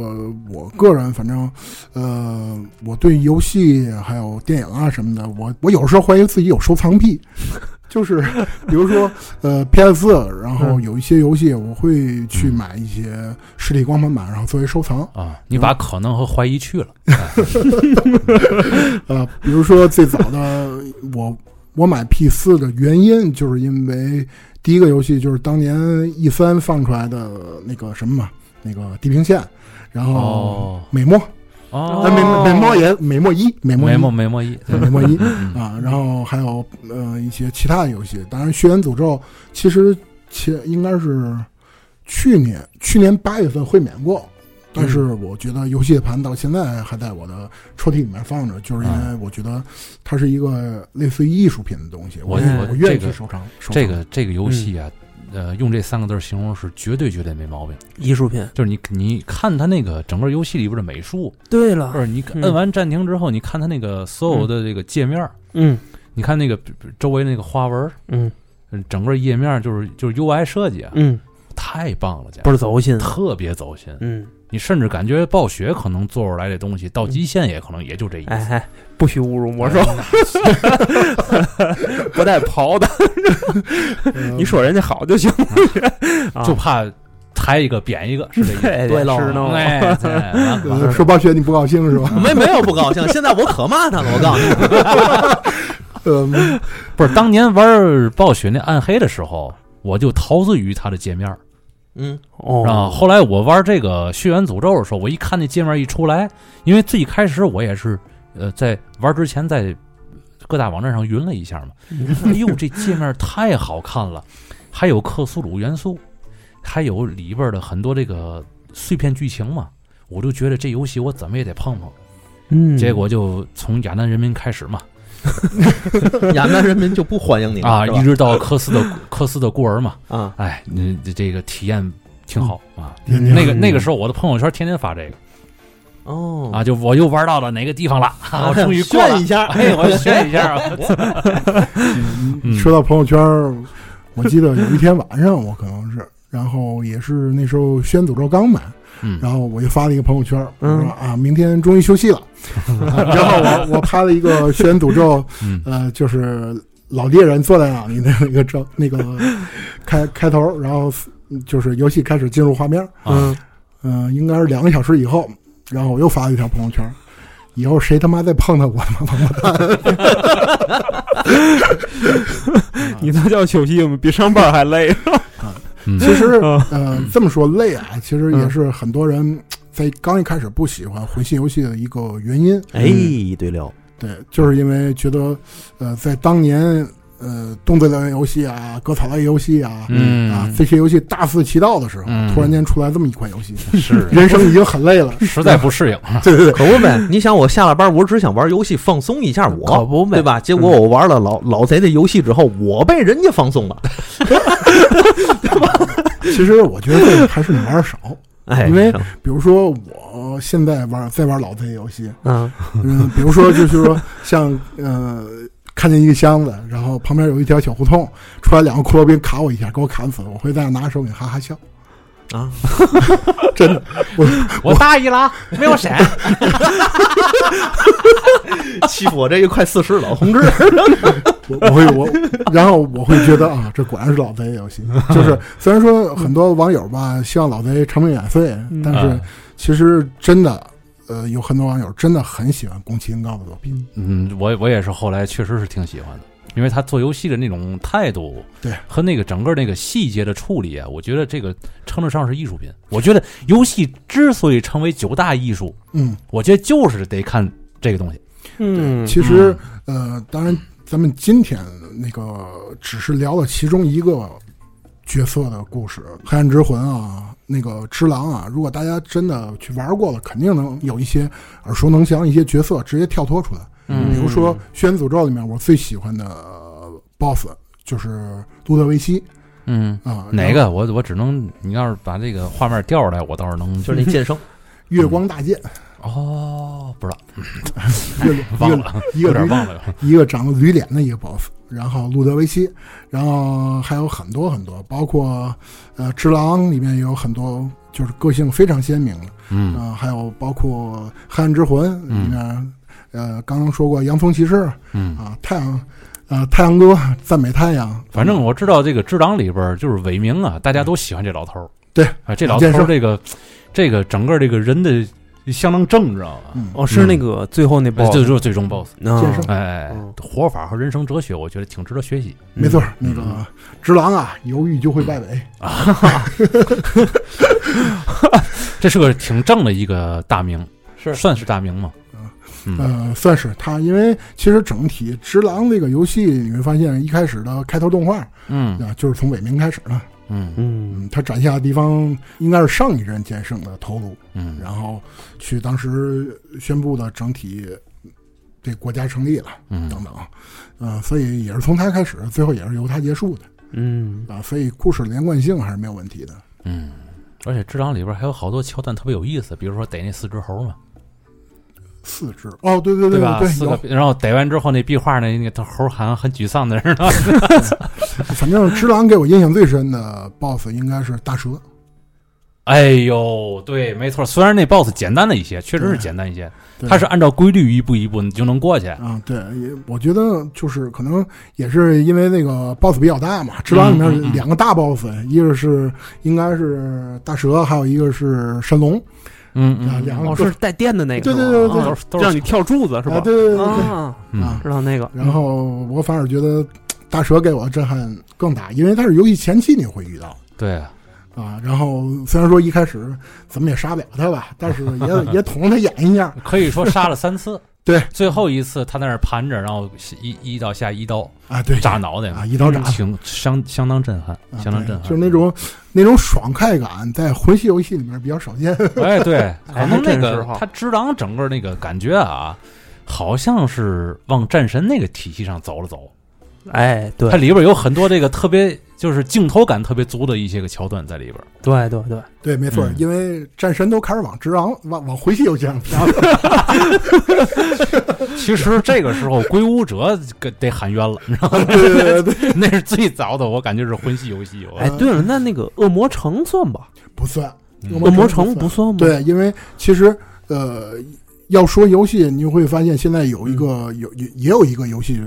S4: 我个人反正，呃，我对游戏还有电影啊什么的，我我有时候怀疑自己有收藏癖， 就是比如说呃 PS，然
S1: 嗯
S4: 后有一些游戏我会去买一些实体光盘版，然后作为收藏。
S1: 啊，你把可能和怀疑去了。
S4: 呃，比如说最早的 我我买 P 四的原因，就是因为第一个游戏就是当年 E 三放出来的那个什么嘛，那个《地平线》，然后
S1: 哦
S4: 美墨，
S1: 哦
S4: 呃，美美墨也美墨一，美墨
S1: 美
S4: 一
S1: 墨美墨一，对
S4: 美墨一
S1: 嗯嗯
S4: 啊，然后还有呃一些其他的游戏，当然《血缘诅咒》其实前应该是去年去年八月份会免过，但是我觉得游戏盘到现在还在我的抽屉里面放着，就是因
S1: 嗯
S4: 为我觉得它是一个类似于艺术品的东西，
S1: 我
S4: 愿
S1: 我
S4: 我愿
S1: 这
S4: 意去
S1: 个
S4: 收藏。收藏
S1: 这个这个游戏啊，呃，用这三个字儿形容是绝对绝对没毛病。
S2: 艺术品。
S1: 就是你你看它那个整个游戏里边的美术，
S2: 对
S1: 或
S2: 了，
S1: 者你
S3: 嗯
S1: 摁完暂停之后，你看它那个所有的这个界面儿，
S3: 嗯
S1: 你看那个比比周围那个花纹儿，
S3: 嗯
S1: 嗯整个页面儿就是就是 UI 设计啊，
S3: 嗯，
S1: 太棒了，简
S2: 倍
S1: 直
S2: 儿走心。
S1: 特别走心。
S3: 嗯，
S1: 你甚至感觉暴雪可能做出来这东西到极限也可能也就这意
S3: 哎
S1: 思。
S3: 哎，不许侮辱魔 兽，不带刨的，
S4: 呃
S3: 你说人家好就行。啊
S1: 就怕抬一个扁一个，是这意思。
S3: 对
S2: 喽
S3: 是呢，
S1: 哎，对完 了
S4: 呃说暴雪你不高兴是 吧？
S2: 没没有不高兴，现在我可骂他了，我告诉你，
S4: 呃，
S1: 不是当年玩暴雪那暗黑的时候，我就陶醉于它的界面儿。
S2: 嗯，
S1: 啊，
S3: 哦，
S1: 后来我玩这个《血缘诅咒》的时候，我一看那界面一出来，因为最开始我也是，呃，在玩之前在各大网站上云了一下嘛，哎呦，这界面太好看了，还有克苏鲁元素，还有里边的很多这个碎片剧情嘛，我就觉得这游戏我怎么也得碰碰，
S3: 嗯
S1: 结果就从亚南人民开始嘛，
S2: 亚南人民就不欢迎
S5: 嗯
S2: 你了
S1: 啊，
S2: 是
S1: 一
S2: 吧
S1: 直到科斯的 科斯的孤儿嘛，
S2: 啊，
S1: 哎，你这个体验挺好啊，
S4: 天天
S1: 那个那个时候我的朋友圈天天发这个。
S2: 哦
S1: 啊，就我又玩到了哪个地方了，啊、我
S5: 哦
S1: 终于过了
S2: 炫一，下，
S1: 哎，我炫一下， 嗯
S4: 说到朋友圈儿，我记得有一天晚上，我可能是，然后也是那时候《宣诅咒》刚买，
S1: 嗯，
S4: 然后我就发了一个朋友圈儿，我
S3: 嗯
S4: 说啊，明天终于休 息了。啊然后我我拍了一个《宣诅咒》，
S1: 嗯
S4: 呃，就是老猎人坐在那里的那个照那个开开头，然后就是游戏开始进入画面儿，
S1: 啊，
S4: 嗯、应该是两个小时以后，然后我又发了一条朋友圈儿。以后谁他妈再 碰到我，他妈王八蛋！
S3: 你那叫休息吗？比上班还累。
S1: 嗯
S4: 其实
S3: 嗯，
S4: 呃，这么说累啊，其实也是很多人在刚一开始不喜欢回信游戏的一个原因。
S2: 哎，对了，
S4: 对，就是因为觉得，呃，在当年，呃，动作类游戏啊、割草类游戏啊，
S1: 嗯
S4: 啊这些游戏大肆其道的时候，
S1: 嗯
S4: 突然间出来这么一款游戏，
S1: 是
S4: 人生已经很累了。
S1: 实在不适应，
S4: 对对对，
S2: 可不呗！你想，我下了班，我只想玩游戏放松一下我，
S3: 可不呗
S2: 对吧？结果我玩了老老贼的游戏之后，我被人家放松了。
S4: 其实我觉得这个还是你玩儿少。
S2: 哎，
S4: 因为比如说，我现在玩在玩老贼游戏，
S2: 嗯，
S4: 嗯，比如说就是说像呃，看见一个箱子，然后旁边有一条小胡同，出来两个骷髅兵卡我一下，给我砍死，我会在那拿手柄哈哈笑。
S2: 啊，
S4: 真的，我
S1: 我大意 了，没有闪，
S2: 欺负我这一快四十老同志，
S4: 我我会我，然后我会觉得啊，这果然是老贼游戏。就是虽然说很多网友吧，希望老贼长命百岁，但
S1: 嗯
S3: 啊
S4: 是其实真的，呃，有很多网友真的很喜欢宫崎英高的作品。
S1: 嗯，我我也是后来确实是挺喜欢的，因为他做游戏的那种态度，
S4: 对，
S1: 和那个整个那个细节的处理啊，我觉得这个称得上是艺术品。我觉得游戏之所以成为九大艺术，
S4: 嗯，
S1: 我觉得就是得看这个东西，
S3: 嗯，
S4: 其实呃，当然，咱们今天那个只是聊了其中一个角色的故事，《黑暗之魂》啊，那个之狼啊，如果大家真的去玩过了，肯定能有一些耳熟能详的一些角色直接跳脱出来。
S1: 嗯
S4: 比如说《轩辕诅咒》里面我最喜欢的呃 BOSS 就是路德维希
S1: 嗯。
S4: 啊，
S1: 哪个？我我只能，你要是把这个画面调出来，我倒是能。
S2: 就是那剑圣，
S4: 月光大 剑？
S1: 哦，不知道，
S4: 月一
S1: 忘
S4: 个
S1: 了，
S4: 一
S1: 有
S4: 个
S1: 点
S4: 驴
S1: 忘了。
S4: 一个长得驴脸的一个 BOSS，然后路德维希，然后还有很多很多，包括呃《只狼》里面也有很多就是个性非常鲜明的，
S1: 嗯
S4: 啊，还有包括《黑暗之魂》里
S1: 嗯
S4: 面，呃，刚刚说过洋葱骑士
S1: 嗯，
S4: 啊，太阳，呃，太阳哥赞美太阳，嗯
S1: 反正我知道这个《只狼》里边儿就是伟明啊，大家都喜欢这老头儿。
S4: 对
S1: 啊，这老头
S4: 王建
S1: 儿
S4: 胜
S1: 这个这个整个这个人的相当正，你知道吧？
S4: 嗯，
S3: 哦，是那个最后那
S1: 哎
S3: boss，
S1: 这就是最终 BOSS。
S3: 啊
S4: 健身
S1: 哎哎，哎
S3: 嗯
S1: 活法和人生哲学，我觉得挺值得学习。
S4: 没错儿，
S1: 嗯
S4: 那个《只狼》啊，犹豫就会败北，
S1: 这是个挺正的一个大名，
S2: 是
S1: 算是大名吗？嗯
S4: 呃，算是它，因为其实整体《直狼》这个游戏，你会发现一开始的开头动画
S1: 嗯
S4: 啊，就是从伟明开始的，
S1: 嗯
S3: 嗯
S4: 嗯，他展现的地方应该是上一任剑圣的头颅，
S1: 嗯，
S4: 然后去当时宣布的整体对国家成立了
S1: 嗯
S4: 等等，呃，所以也是从他开始，最后也是由他结束的
S3: 嗯，
S4: 啊，所以故事连贯性还是没有问题的。
S1: 嗯，而且《只狼》里边还有好多桥段特别有意思，比如说逮那四只猴嘛，
S4: 四只哦，对对对
S1: 吧？
S4: 对，
S1: 四个
S4: 有，，
S1: 然后逮完之后那壁画那那个猴好像很沮丧的似的。
S4: 反正只狼给我印象最深的 BOSS 应该是大蛇，
S1: 哎呦，对，没错。虽然那 BOSS 简单了一些，确实是
S4: 对
S1: 简单一些，
S4: 对
S1: 它是按照规律一步一步你就能过去。
S4: 啊，对，也我觉得就是可能也是因为那个 boss 比较大嘛，《只狼》
S1: 嗯
S4: 里
S1: 嗯
S4: 面
S1: 嗯
S4: 两个大 boss，、一个是应该是大蛇，还有一个是神龙，
S1: 嗯
S4: 啊
S1: 嗯，嗯
S4: 两个
S3: 哦，是带电的那个，
S4: 对对
S3: 是吧
S4: 对对
S3: 啊
S1: 都哦是都是
S3: 让你跳柱子是吧
S4: 啊？对对对对对
S3: 啊，
S1: 嗯
S4: 啊
S3: 知道那个，
S4: 然后我反而觉得大蛇给我的震撼更大，因为它是游戏前期你会遇到。
S1: 对，
S4: 啊，然后虽然说一开始怎么也杀不了他吧，但是 也也捅他演一下，
S1: 可以说杀了三次。
S4: 对，
S1: 最后一次他在那儿盘着，然后一一刀下一刀
S4: 啊，对，
S1: 扎脑袋，
S4: 啊，一刀扎，
S1: 挺相相当震撼，
S4: 啊
S1: 相当
S4: 对
S1: 震撼，
S4: 就是 那种那种爽快感，在魂系游戏里面比较少见。
S1: 哎，对，可
S3: 还
S1: 能那
S3: 真是
S1: 个
S3: 哈
S1: 他只狼整个那个感觉啊，好像是往战神那个体系上走了走。
S2: 哎，对
S1: 它里边有很多这个特别就是镜头感特别足的一些个桥段在里边。
S2: 对对对，
S4: 对，没错，
S1: 嗯
S4: 因为战神都开始往直昂往往回系游戏上飘 了。
S1: 其实这个时候《归巫者》给得喊冤了，你知道吗？
S4: 对对对对，
S1: 那是最早的，我感觉是魂系游戏。我
S2: 哎，对
S4: 嗯
S2: 了，那那个恶魔城算吧？
S4: 不算，
S1: 嗯
S2: 恶魔
S4: 城
S2: 城不算吗？，
S4: 对，因为其实呃，要说游戏，你会发现现在有一个
S1: 嗯
S4: 有也也有一个游戏，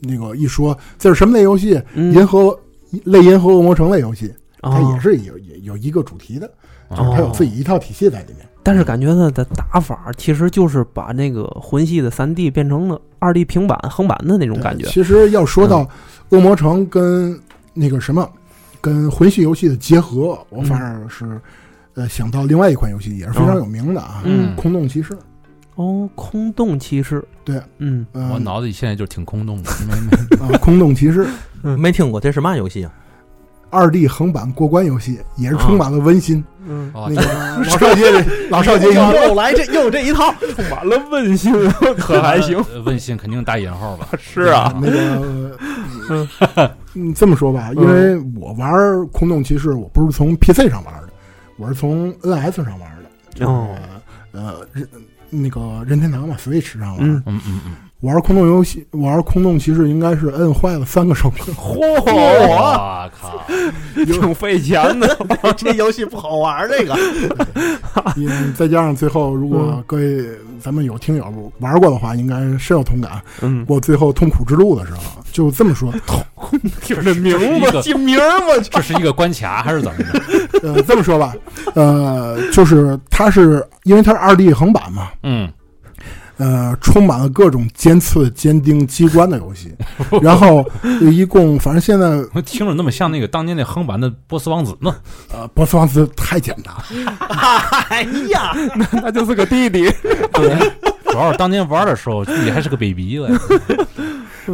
S4: 那个一说这是什么类游戏，银
S2: 嗯，
S4: 河类银河恶魔城类游戏，它
S2: 啊
S4: 也是有有有一个主题的，就是
S1: 哦
S4: 它有自己一套体系在里面。
S2: 哦但是感觉它的打法其实就是把那个魂系的三 D 变成了二 D 平板、横版的那种
S4: 对
S2: 感觉。
S4: 其实要说到恶魔城跟那个什么，跟魂系游戏的结合，我反
S2: 嗯
S4: 而是、呃想到另外一款游戏也是非常有名的啊，
S1: 嗯
S4: 空洞骑士》。
S2: 哦，空洞骑士，
S4: 对，
S2: 嗯，
S4: 呃、
S1: 我脑子里现在就挺空 洞的，没没
S4: 啊，空洞骑士
S2: 嗯
S5: 没听过，这是嘛游戏啊？
S4: 二 D 横版过关游戏，也是充满了温馨。
S2: 嗯，
S1: 哦
S4: 那个老少皆宜，老少皆宜。
S5: 又来这又这一套，
S3: 充满了温馨，
S2: 啊
S3: 可 还行。
S1: 呃问心肯定打引号吧？
S3: 是啊，
S4: 那 个，嗯嗯，这么说吧，因为我玩《空洞骑士》，我不是从 PC 上玩的，我是从 NS 上玩的，就是、
S2: 哦
S4: 呃任那个任天堂嘛，Switch 上玩。
S2: 嗯
S1: 嗯嗯嗯，
S4: 玩空洞游戏，玩空洞骑士应该是摁坏了三个手柄。
S3: 嚯，
S1: 我靠！
S3: 挺费钱的。
S5: 这游戏不好玩儿，这个
S4: 嗯，再加上最后，如果各位咱们有听友玩过的话，应该深有同感。
S2: 嗯，
S4: 我最后痛苦之路的时候，就这么说，
S3: 听这名
S1: 这是一个
S3: 字，这名儿我
S1: 这是一个关卡还是怎么着？
S4: 呃，这么说吧，呃，就是它是因为它是二 D 横版嘛，
S1: 嗯，
S4: 呃，充满了各种尖刺、尖钉、机关的游戏。然后一共，反正现在
S1: 我听着那么像那个当年那横版的波斯王子呢。
S4: 呃，波斯王子太简单了，
S5: 哎呀，
S3: 那就是个弟弟。
S1: 主要是当年玩的时候自己还是个 baby 了。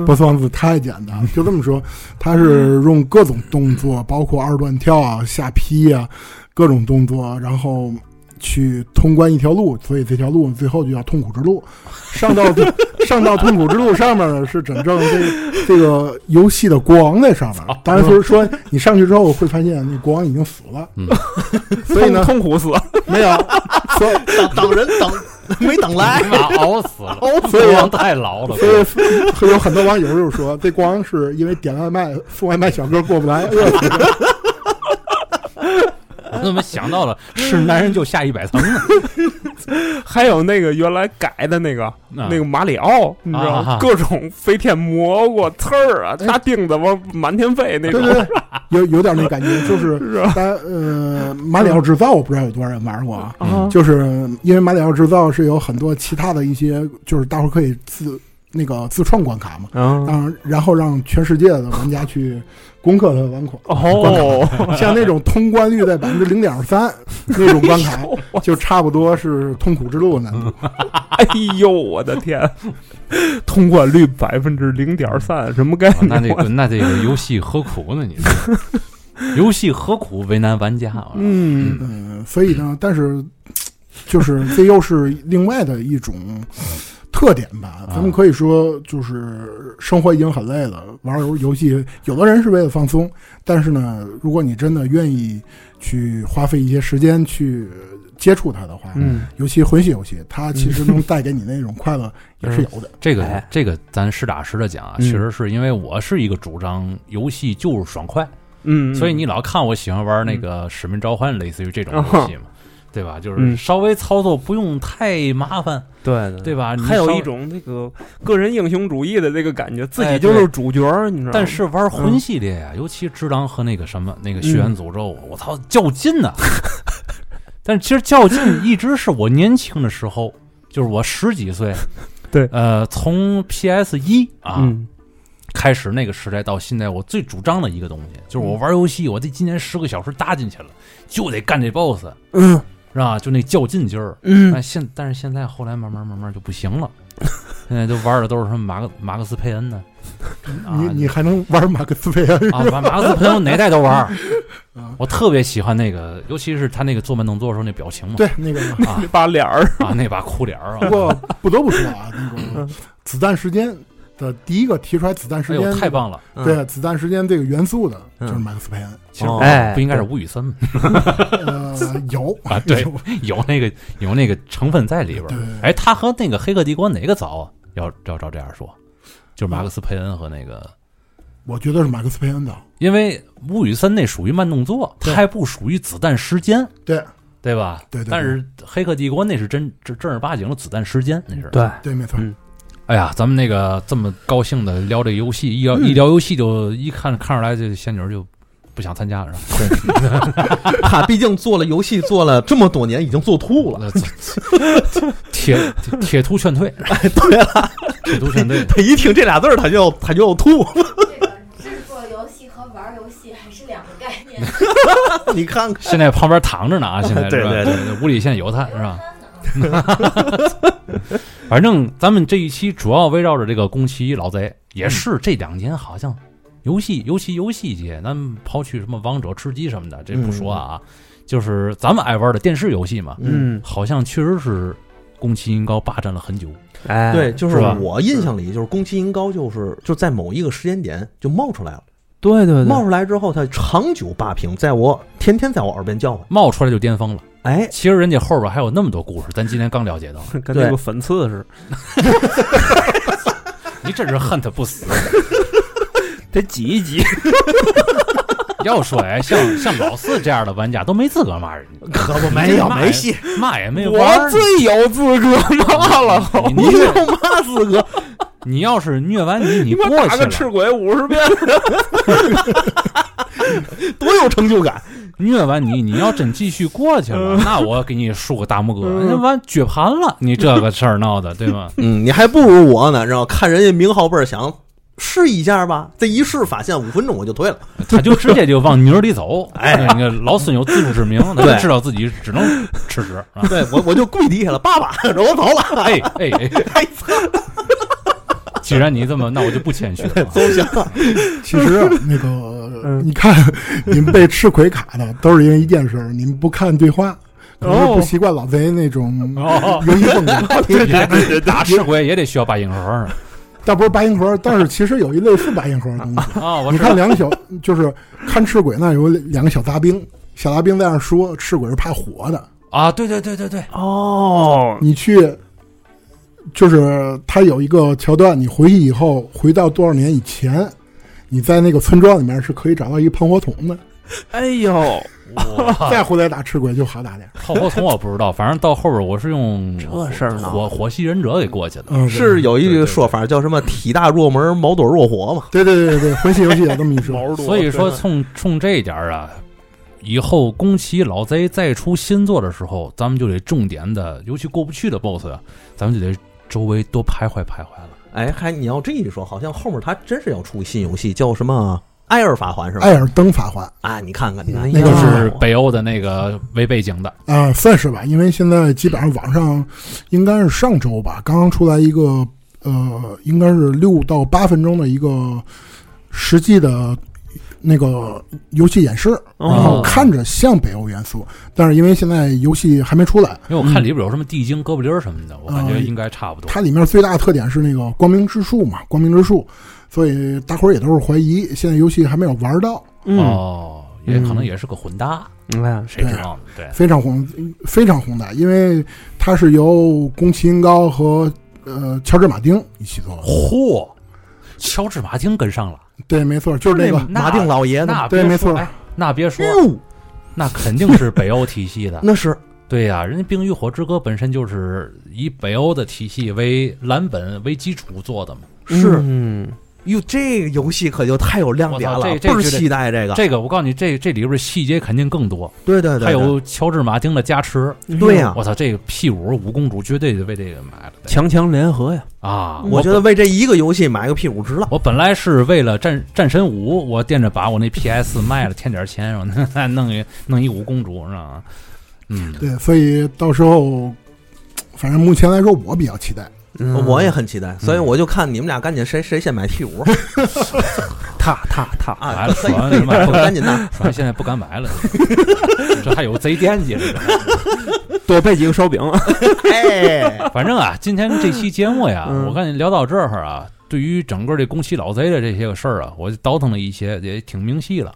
S4: 波斯王子太简单了。啊就这么说，它是用各种动作，包括二段跳啊、下劈啊，各种动作，然后。去通关一条路，所以这条路最后就叫痛苦之路。上到上到痛苦之路上面呢，是整正这这个游戏的国王在上面。当然就是说，你上去之后会发现那国王已经死了，
S1: 嗯
S4: 所以呢，
S3: 痛苦死。
S4: 没有，所以
S5: 等等人等没等
S1: 哎，
S5: 来
S1: 妈，熬死了，
S4: 熬死
S1: 国王
S4: 了。
S1: 太牢了。
S4: 啊所以所以有很多网友就说，这国王是因为点外卖送外卖小哥过不来，饿死的。
S1: 我怎么想到了是男人就下一百层呢？
S3: 还有那个原来改的那个那个马里奥，你知道
S1: 啊啊
S3: 吗？各种飞天蘑菇刺儿啊，大钉子往满天飞那
S4: 哎对
S3: 种
S4: 对。对，有有点那感觉，就是
S3: 是吧？
S4: 大家呃，马里奥制造我不知道有多少人玩过啊，
S1: 嗯
S2: 啊，
S4: 就是因为马里奥制造是有很多其他的一些，就是大伙儿可以自那个自创关卡嘛，
S3: 啊，
S4: 让然后让全世界的玩家去攻克它的 玩款。
S3: 哦，
S4: 像那种通关率在百分之零点三那种 关 卡，就差不多是痛苦之路的难度。
S3: 哎呦，我的天，通关率百分之零点三，什么概念？
S1: 啊哦那这个 那这个游戏何苦呢？你这游戏何苦为难玩家啊？
S3: 嗯
S4: 嗯，所以呢，但是就是这又是另外的一种特点吧。
S1: 啊
S4: 咱们可以说，就是生活已经很累了，玩游游戏，有的人是为了放松，但是呢，如果你真的愿意去花费一些时间去接触它的话，
S3: 嗯，
S4: 尤其魂系游戏，它其实能带给你那种快乐
S1: 嗯
S4: 也是有的。
S1: 这个
S2: 哎
S1: 这个，咱实打实的讲啊，
S3: 嗯
S1: 确实是因为我是一个主张游戏就是爽快，
S3: 嗯，
S1: 所以你老看我喜欢玩那个《使命召唤》，类似于这种游戏嘛，对吧？就是
S3: 哦嗯
S1: 稍微操作不用太麻烦，
S2: 对
S1: 对吧？你
S3: 还有
S1: 稍
S3: 一，种那个个人英雄主义的这个感觉，自
S1: 哎
S3: 己就是主角儿，你知道吗？
S1: 但是玩魂系列呀、尤其只狼和那个什么那个血缘诅咒，我操，较劲呐、 但是其实较劲一直是我年轻的时候，就是我十几岁，
S3: 对
S1: 呃，从 PS 一啊、
S3: 嗯
S1: 开始那个时代到现在，我最主张的一个东西就是我玩游戏，我这今年十个小时搭进去了，就得干这 BOSS，
S2: 嗯
S1: 是吧？就那较劲劲儿。
S2: 嗯
S1: 但现但是现在后来慢慢慢慢就不行了，现在都玩的都是什么马克马克思佩恩呢？啊
S4: 你你还能玩马克思韦 恩
S1: 啊，马马克思朋友哪代都玩儿
S4: 啊，
S1: 我特别喜欢那个，尤其是他那个坐慢动作的时候那表情嘛，
S4: 对那个。
S1: 啊
S3: 嗯把脸儿，
S1: 啊，那把哭脸儿
S4: 不
S1: 啊，
S4: 过不得不说啊，那个子弹时间的第一个提出来子弹
S1: 嗯哎
S4: 时间哦
S1: 呦，太棒了！
S2: 嗯
S4: 对子弹时间这个元素的，
S2: 嗯
S4: 就是马克思佩恩。
S1: 其实
S2: 哦
S1: 我不应该是吴宇森吗？
S4: 呃，有
S1: 啊对
S4: 有
S1: 有那个有那个成分在里边儿
S4: 对对对。
S1: 哎，他和那个《黑客帝国》哪个早啊？要要照这样说，就是马克思佩恩和那个，
S4: 我觉得是马克思佩恩的。
S1: 因为吴宇森那属于慢动作，他
S4: 对
S1: 还不属于子弹时间，
S4: 对
S1: 对吧？
S4: 对对对
S1: 但是《黑客帝国》那是真正正儿八经的子弹时间，那是。
S2: 对，
S4: 对，没错。
S2: 嗯
S1: 哎呀，咱们那个这么高兴的聊这游戏，一聊、
S2: 嗯
S1: 一聊游戏就一看看出来，这仙女儿就不想参加了，是吧？
S5: 他毕竟做了游戏做了这么多年，已经做吐了。
S1: 那呃 铁铁铁秃劝退，
S5: 哎，对了，
S1: 铁秃劝退。
S5: 他一听这俩字儿，他就他就要吐。
S6: 这个制作游戏和玩儿游戏还是两个概念，
S5: 你看看，
S1: 现在旁边躺着呢啊，现在
S5: 对对
S1: 是吧屋里现在有他
S6: 没
S1: 是
S6: 有
S1: 吧？
S6: 摊呢啊。
S1: 反正咱们这一期主要围绕着这个宫崎老贼，也是这两年好像游戏，尤其游戏界，咱们抛去什么王者、吃鸡什么的，这不说啊，就是咱们爱玩的电视游戏嘛，
S2: 嗯
S1: 好像确实是宫崎英高霸占了很久。
S2: 哎
S5: 对，就是
S1: 是吧
S5: 我印象里，就是宫崎英高，就是就在某一个时间点就冒出来了，
S2: 对对
S5: 冒
S2: 对，
S5: 出来之后，他长久霸屏，在我天天在我耳边叫唤。
S1: 冒出来就巅峰了。
S5: 哎，
S1: 其实人家后边还有那么多故事，咱今天刚了 解到。
S2: 跟
S5: 对
S2: 那个粉刺似的。
S1: 你真是恨他不死。
S2: 得挤一挤。
S1: 要说哎，像像老四这样的玩家都没资格骂人家，
S5: 可不
S1: 没有没戏，骂也没玩
S3: 我
S1: 儿。
S3: 最有资格骂了，
S1: 你
S5: 你
S1: 你
S5: 有嘛资 格？
S1: 你要是虐完你，你
S3: 你
S1: 过去
S3: 给我打个
S1: 了。
S3: 赤鬼五十遍，
S5: 多有成就感！
S1: 虐完你，你要真继续过去 了，那我给你竖个大拇哥，那完撅盘了。你这个事儿闹的，对吗？
S5: 嗯，你还不如我呢，然后看人家名号倍儿响，试一下吧。这一试发现五分钟我就退了。
S1: 他就直接就往泥儿里走。哎，那个老孙有自知之明，他就知道自己只能吃屎啊。
S5: 对我我就跪地下了，爸爸，然后我走了。
S1: 哎哎哎，
S5: 哎，操，
S1: 既然你这么，那我就不谦虚了啊。
S5: 走向了。
S4: 其实啊那 个，
S3: 嗯
S4: 你看，你们被吃亏卡的都是因为一件事儿，你们不看对话，可能是
S3: 哦
S4: 不习惯老贼那种
S1: 哦
S4: 游戏风格。
S1: 也打赤鬼也得需要八硬盒儿
S4: 倒不是白银盒，但是其实有一类似白银盒的东西。
S1: 啊！我
S4: 你
S1: 知道
S4: 看两个小，就是看赤鬼那有两个小杂兵，小杂兵在那说赤鬼是怕火的，
S1: 啊，对对对对对，
S3: 哦，
S4: 你去。就是他有一个桥段，你回去以后，回到多少年以前，你在那个村庄里面是可以找到一个喷火筒的，
S2: 哎呦，
S5: 啊
S1: 哇
S4: 再回来打赤鬼就好打点儿。
S1: 炮火筒我不知道，反正到后边我是用
S2: 这事儿呢
S1: 火火系忍者给过去的。
S4: 嗯，
S5: 啊
S4: 对
S5: 是有一个说法叫什么“体大若门，毛短若火”嘛？
S4: 对对对对对，魂系游戏有这么一说。
S3: 毛多。
S1: 所以说，冲冲这一点儿啊，以后宫崎老贼再出新作的时候，咱们就得重点的，尤其过不去的 BOSS，啊咱们就得周围多徘徊徘徊了。
S5: 哎，还你要这一说，好像后面他真是要出新游戏，叫什么《埃尔法环》是吧？
S4: 艾尔登法环
S5: 啊，你看看，你看
S2: 哎
S5: 看，
S2: 呀
S1: 那个
S5: 啊
S1: 是北欧的那个为背景的，
S4: 啊、算是吧，因为现在基本上网上应该是上周吧，刚刚出来一个呃，应该是六到八分钟的一个实际的那个游戏演示，然后
S2: 哦
S4: 看着像北欧元素，但是因为现在游戏还没出来，
S1: 因为我看里边有什么地精、哥布林儿什么的，我感觉应该差不多。
S4: 它里面最大的特点是那个光明之树嘛，光明之树，所以大伙儿也都是怀疑，现在游戏还没有玩到，
S2: 嗯，
S1: 哦，也可能也是个混搭，
S2: 你
S3: 嗯哎
S2: 看，
S1: 谁知道呢？对，
S4: 非常宏非常宏大，因为它是由宫崎英高和呃乔治马丁一起做的，
S1: 嚯，乔治马丁跟上了，
S4: 对，没错，就是那个
S1: 那
S5: 马丁老爷子，
S1: 那
S4: 对
S1: 别
S4: 没
S1: 说
S4: 错
S1: 哎那别说，
S5: 哟，
S1: 那肯定是北欧体系的。
S5: 那是
S1: 对呀、人家《冰与火之歌》本身就是以北欧的体系为蓝本为基础做的嘛。
S5: 是
S2: 嗯，
S5: 哟，这个游戏可就太有亮点了
S1: 我操，这这
S5: 倍儿
S1: 绝对
S5: 期待这个。
S1: 这个我告诉你，这这里边细节肯定更多，
S5: 对对对，
S1: 还
S5: 对
S1: 有乔治马丁的加持。哎
S5: 对呀，
S1: 我操，这个 P 五五公主绝对得为这个买了得
S2: 强强联合呀，
S1: 啊！
S5: 我觉得为这一个游戏买个屁股值了。
S1: 我本来是为了战战神五，我惦着把我那 PS 卖了添点钱， 然后再弄一弄一五公主，是吧？嗯，
S4: 对，所以到时候，反正目前来说，我比较期待。
S2: 嗯
S5: 我也很期待，所以我就看你们俩赶紧谁谁先买 屁股
S2: 他他 他，
S5: 啊
S1: 完了，！
S5: 可
S1: 说
S5: 以
S1: 完什么，
S5: 可以可以赶紧的。
S1: 说完现在不敢买了， 这还有贼惦记着呢。
S3: 多备几个烧饼。
S5: 哎，
S1: 反正啊，今天这期节目呀，
S2: 嗯
S1: 我看你聊到这儿啊，对于整个这宫崎老贼的这些个事儿啊，我就倒腾了一些，也挺明晰了，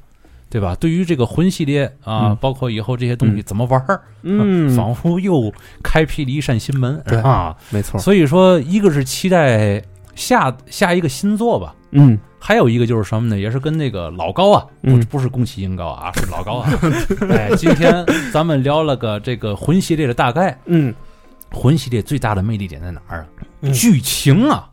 S1: 对吧？对于这个魂系列啊，
S3: 嗯
S1: 包括以后这些东西怎么玩儿，
S3: 嗯，
S1: 仿佛又开辟了一扇新门，
S2: 对
S1: 啊。
S2: 没错，
S1: 所以说，一个是期待下下一个新作吧。
S3: 嗯，
S1: 还有一个就是什么呢？也是跟那个老高啊，不、
S3: 嗯
S1: 不是宫崎英高啊，是老高 啊。哎，今天咱们聊了个这个魂系列的大概，
S3: 嗯，
S1: 魂系列最大的魅力点在哪儿啊？
S2: 嗯
S1: 剧情啊，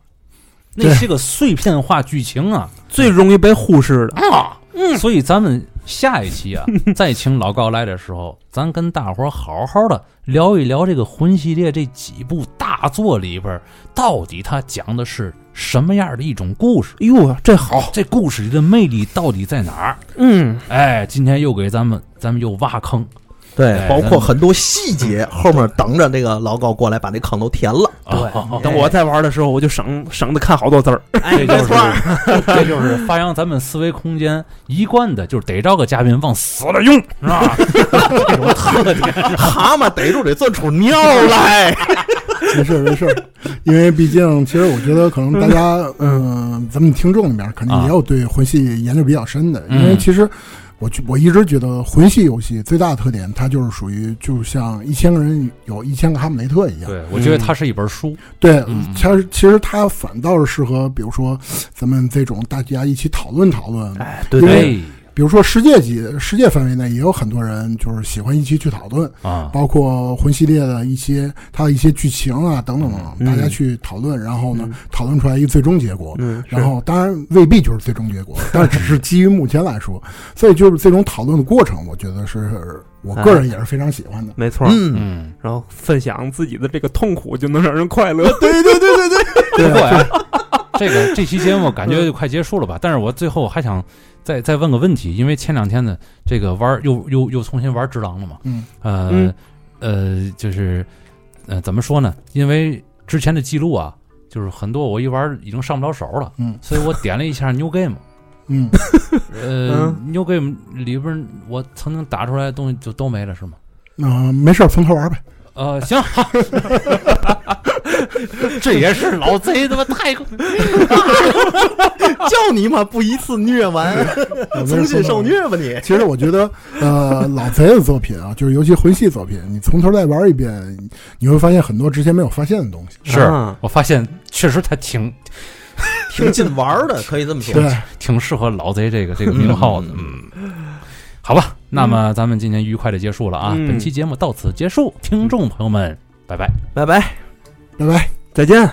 S1: 那
S4: 对
S1: 些个碎片化剧情啊
S2: 最容易被忽视的，
S1: 啊！所以咱们下一期啊，再请老高来的时候，咱跟大伙儿好好的聊一聊这个魂系列这几部大作里边儿，到底它讲的是什么样的一种故事？
S2: 哟，这好，
S1: 这故事里的魅力到底在哪儿？
S2: 嗯，
S1: 哎，今天又给咱们，咱们又挖坑
S5: 对
S1: 哎，
S5: 包
S1: 咱
S5: 括
S1: 们
S5: 很多细节，后面等着这个老高过来把那坑都填了。
S1: 啊！
S2: 对
S1: 啊啊
S3: 哦等我再玩的时候，我就省省得看好多字儿。
S5: 哎，
S1: 这就
S5: 没
S1: 是
S5: 错儿，
S1: 这就是发扬咱们思维空间一贯的，就是逮着个嘉宾往死了用，是 吧？这种特点。
S5: 蛤蟆逮住得钻出尿 来。
S4: 没事儿没事儿，因为毕竟，其实我觉得可能大家，嗯，咱们听众里面肯定也有对魂系研究比较深的，
S1: 啊嗯
S4: 因为其实我觉我一直觉得魂系游戏最大的特点，它就是属于就像一千个人有一千个哈姆雷特一样。
S1: 对，我觉得它是一本书，
S4: 对
S1: 嗯，
S4: 它其实它反倒是适合，比如说咱们这种大家一起讨论讨论，
S2: 哎，对
S5: 嗯
S4: 因
S2: 对，
S4: 为比如说世界级、世界范围内也有很多人就是喜欢一起去讨论。
S1: 啊，
S4: 包括魂系列的一些它的一些剧情啊等等等
S2: 嗯
S4: 等，大家去讨论，然后呢
S2: 嗯
S4: 讨论出来一个最终结果。
S2: 嗯，
S4: 然后当然未必就是最终结果，但只是基于目前来说，所以就是这种讨论的过程，我觉得是我个
S2: 哎
S4: 人也是非常喜欢的。
S2: 没错，
S5: 嗯，
S1: 嗯，
S3: 然后分享自己的这个痛苦，就能让人快乐。
S1: 不过
S4: 啊
S1: 呀，这个这期节目感觉就快结束了吧？但是我最后还想再再问个问题，因为前两天呢，这个玩儿又又又重新玩儿《只狼》了嘛，
S4: 嗯，
S1: 呃、
S3: 嗯
S1: 呃，就是呃，怎么说呢？因为之前的记录啊，就是很多我一玩儿已经上不了手了，
S4: 嗯
S1: 所以我点了一下 New Game，
S4: 嗯，
S1: 呃、n e w Game 里边儿我曾经打出来的东西就都没了，是吗？
S4: 那、没事儿，从 头玩呗。
S1: 呃，行， 这也是老贼他妈太
S5: 叫你妈不一次虐 完，
S4: 呃
S5: 重新受。
S4: 没事儿从头玩
S5: 虐吧你。
S4: 其实我觉得，呃，老贼的作品啊，就是尤其魂系作品，你从头再玩一遍，你会发现很多之前没有发现的东西。
S1: 是
S2: 啊
S1: 我发现确实他挺
S5: 挺劲玩儿的，可以这么说。
S4: 对，
S1: 挺适合老贼这个这个名号的，嗯，好吧，那么咱们今天愉快的结束了啊，
S3: 嗯
S1: 本期节目到此结束，听众朋友们，拜拜。
S5: 拜拜。
S4: 拜拜。
S3: 再见。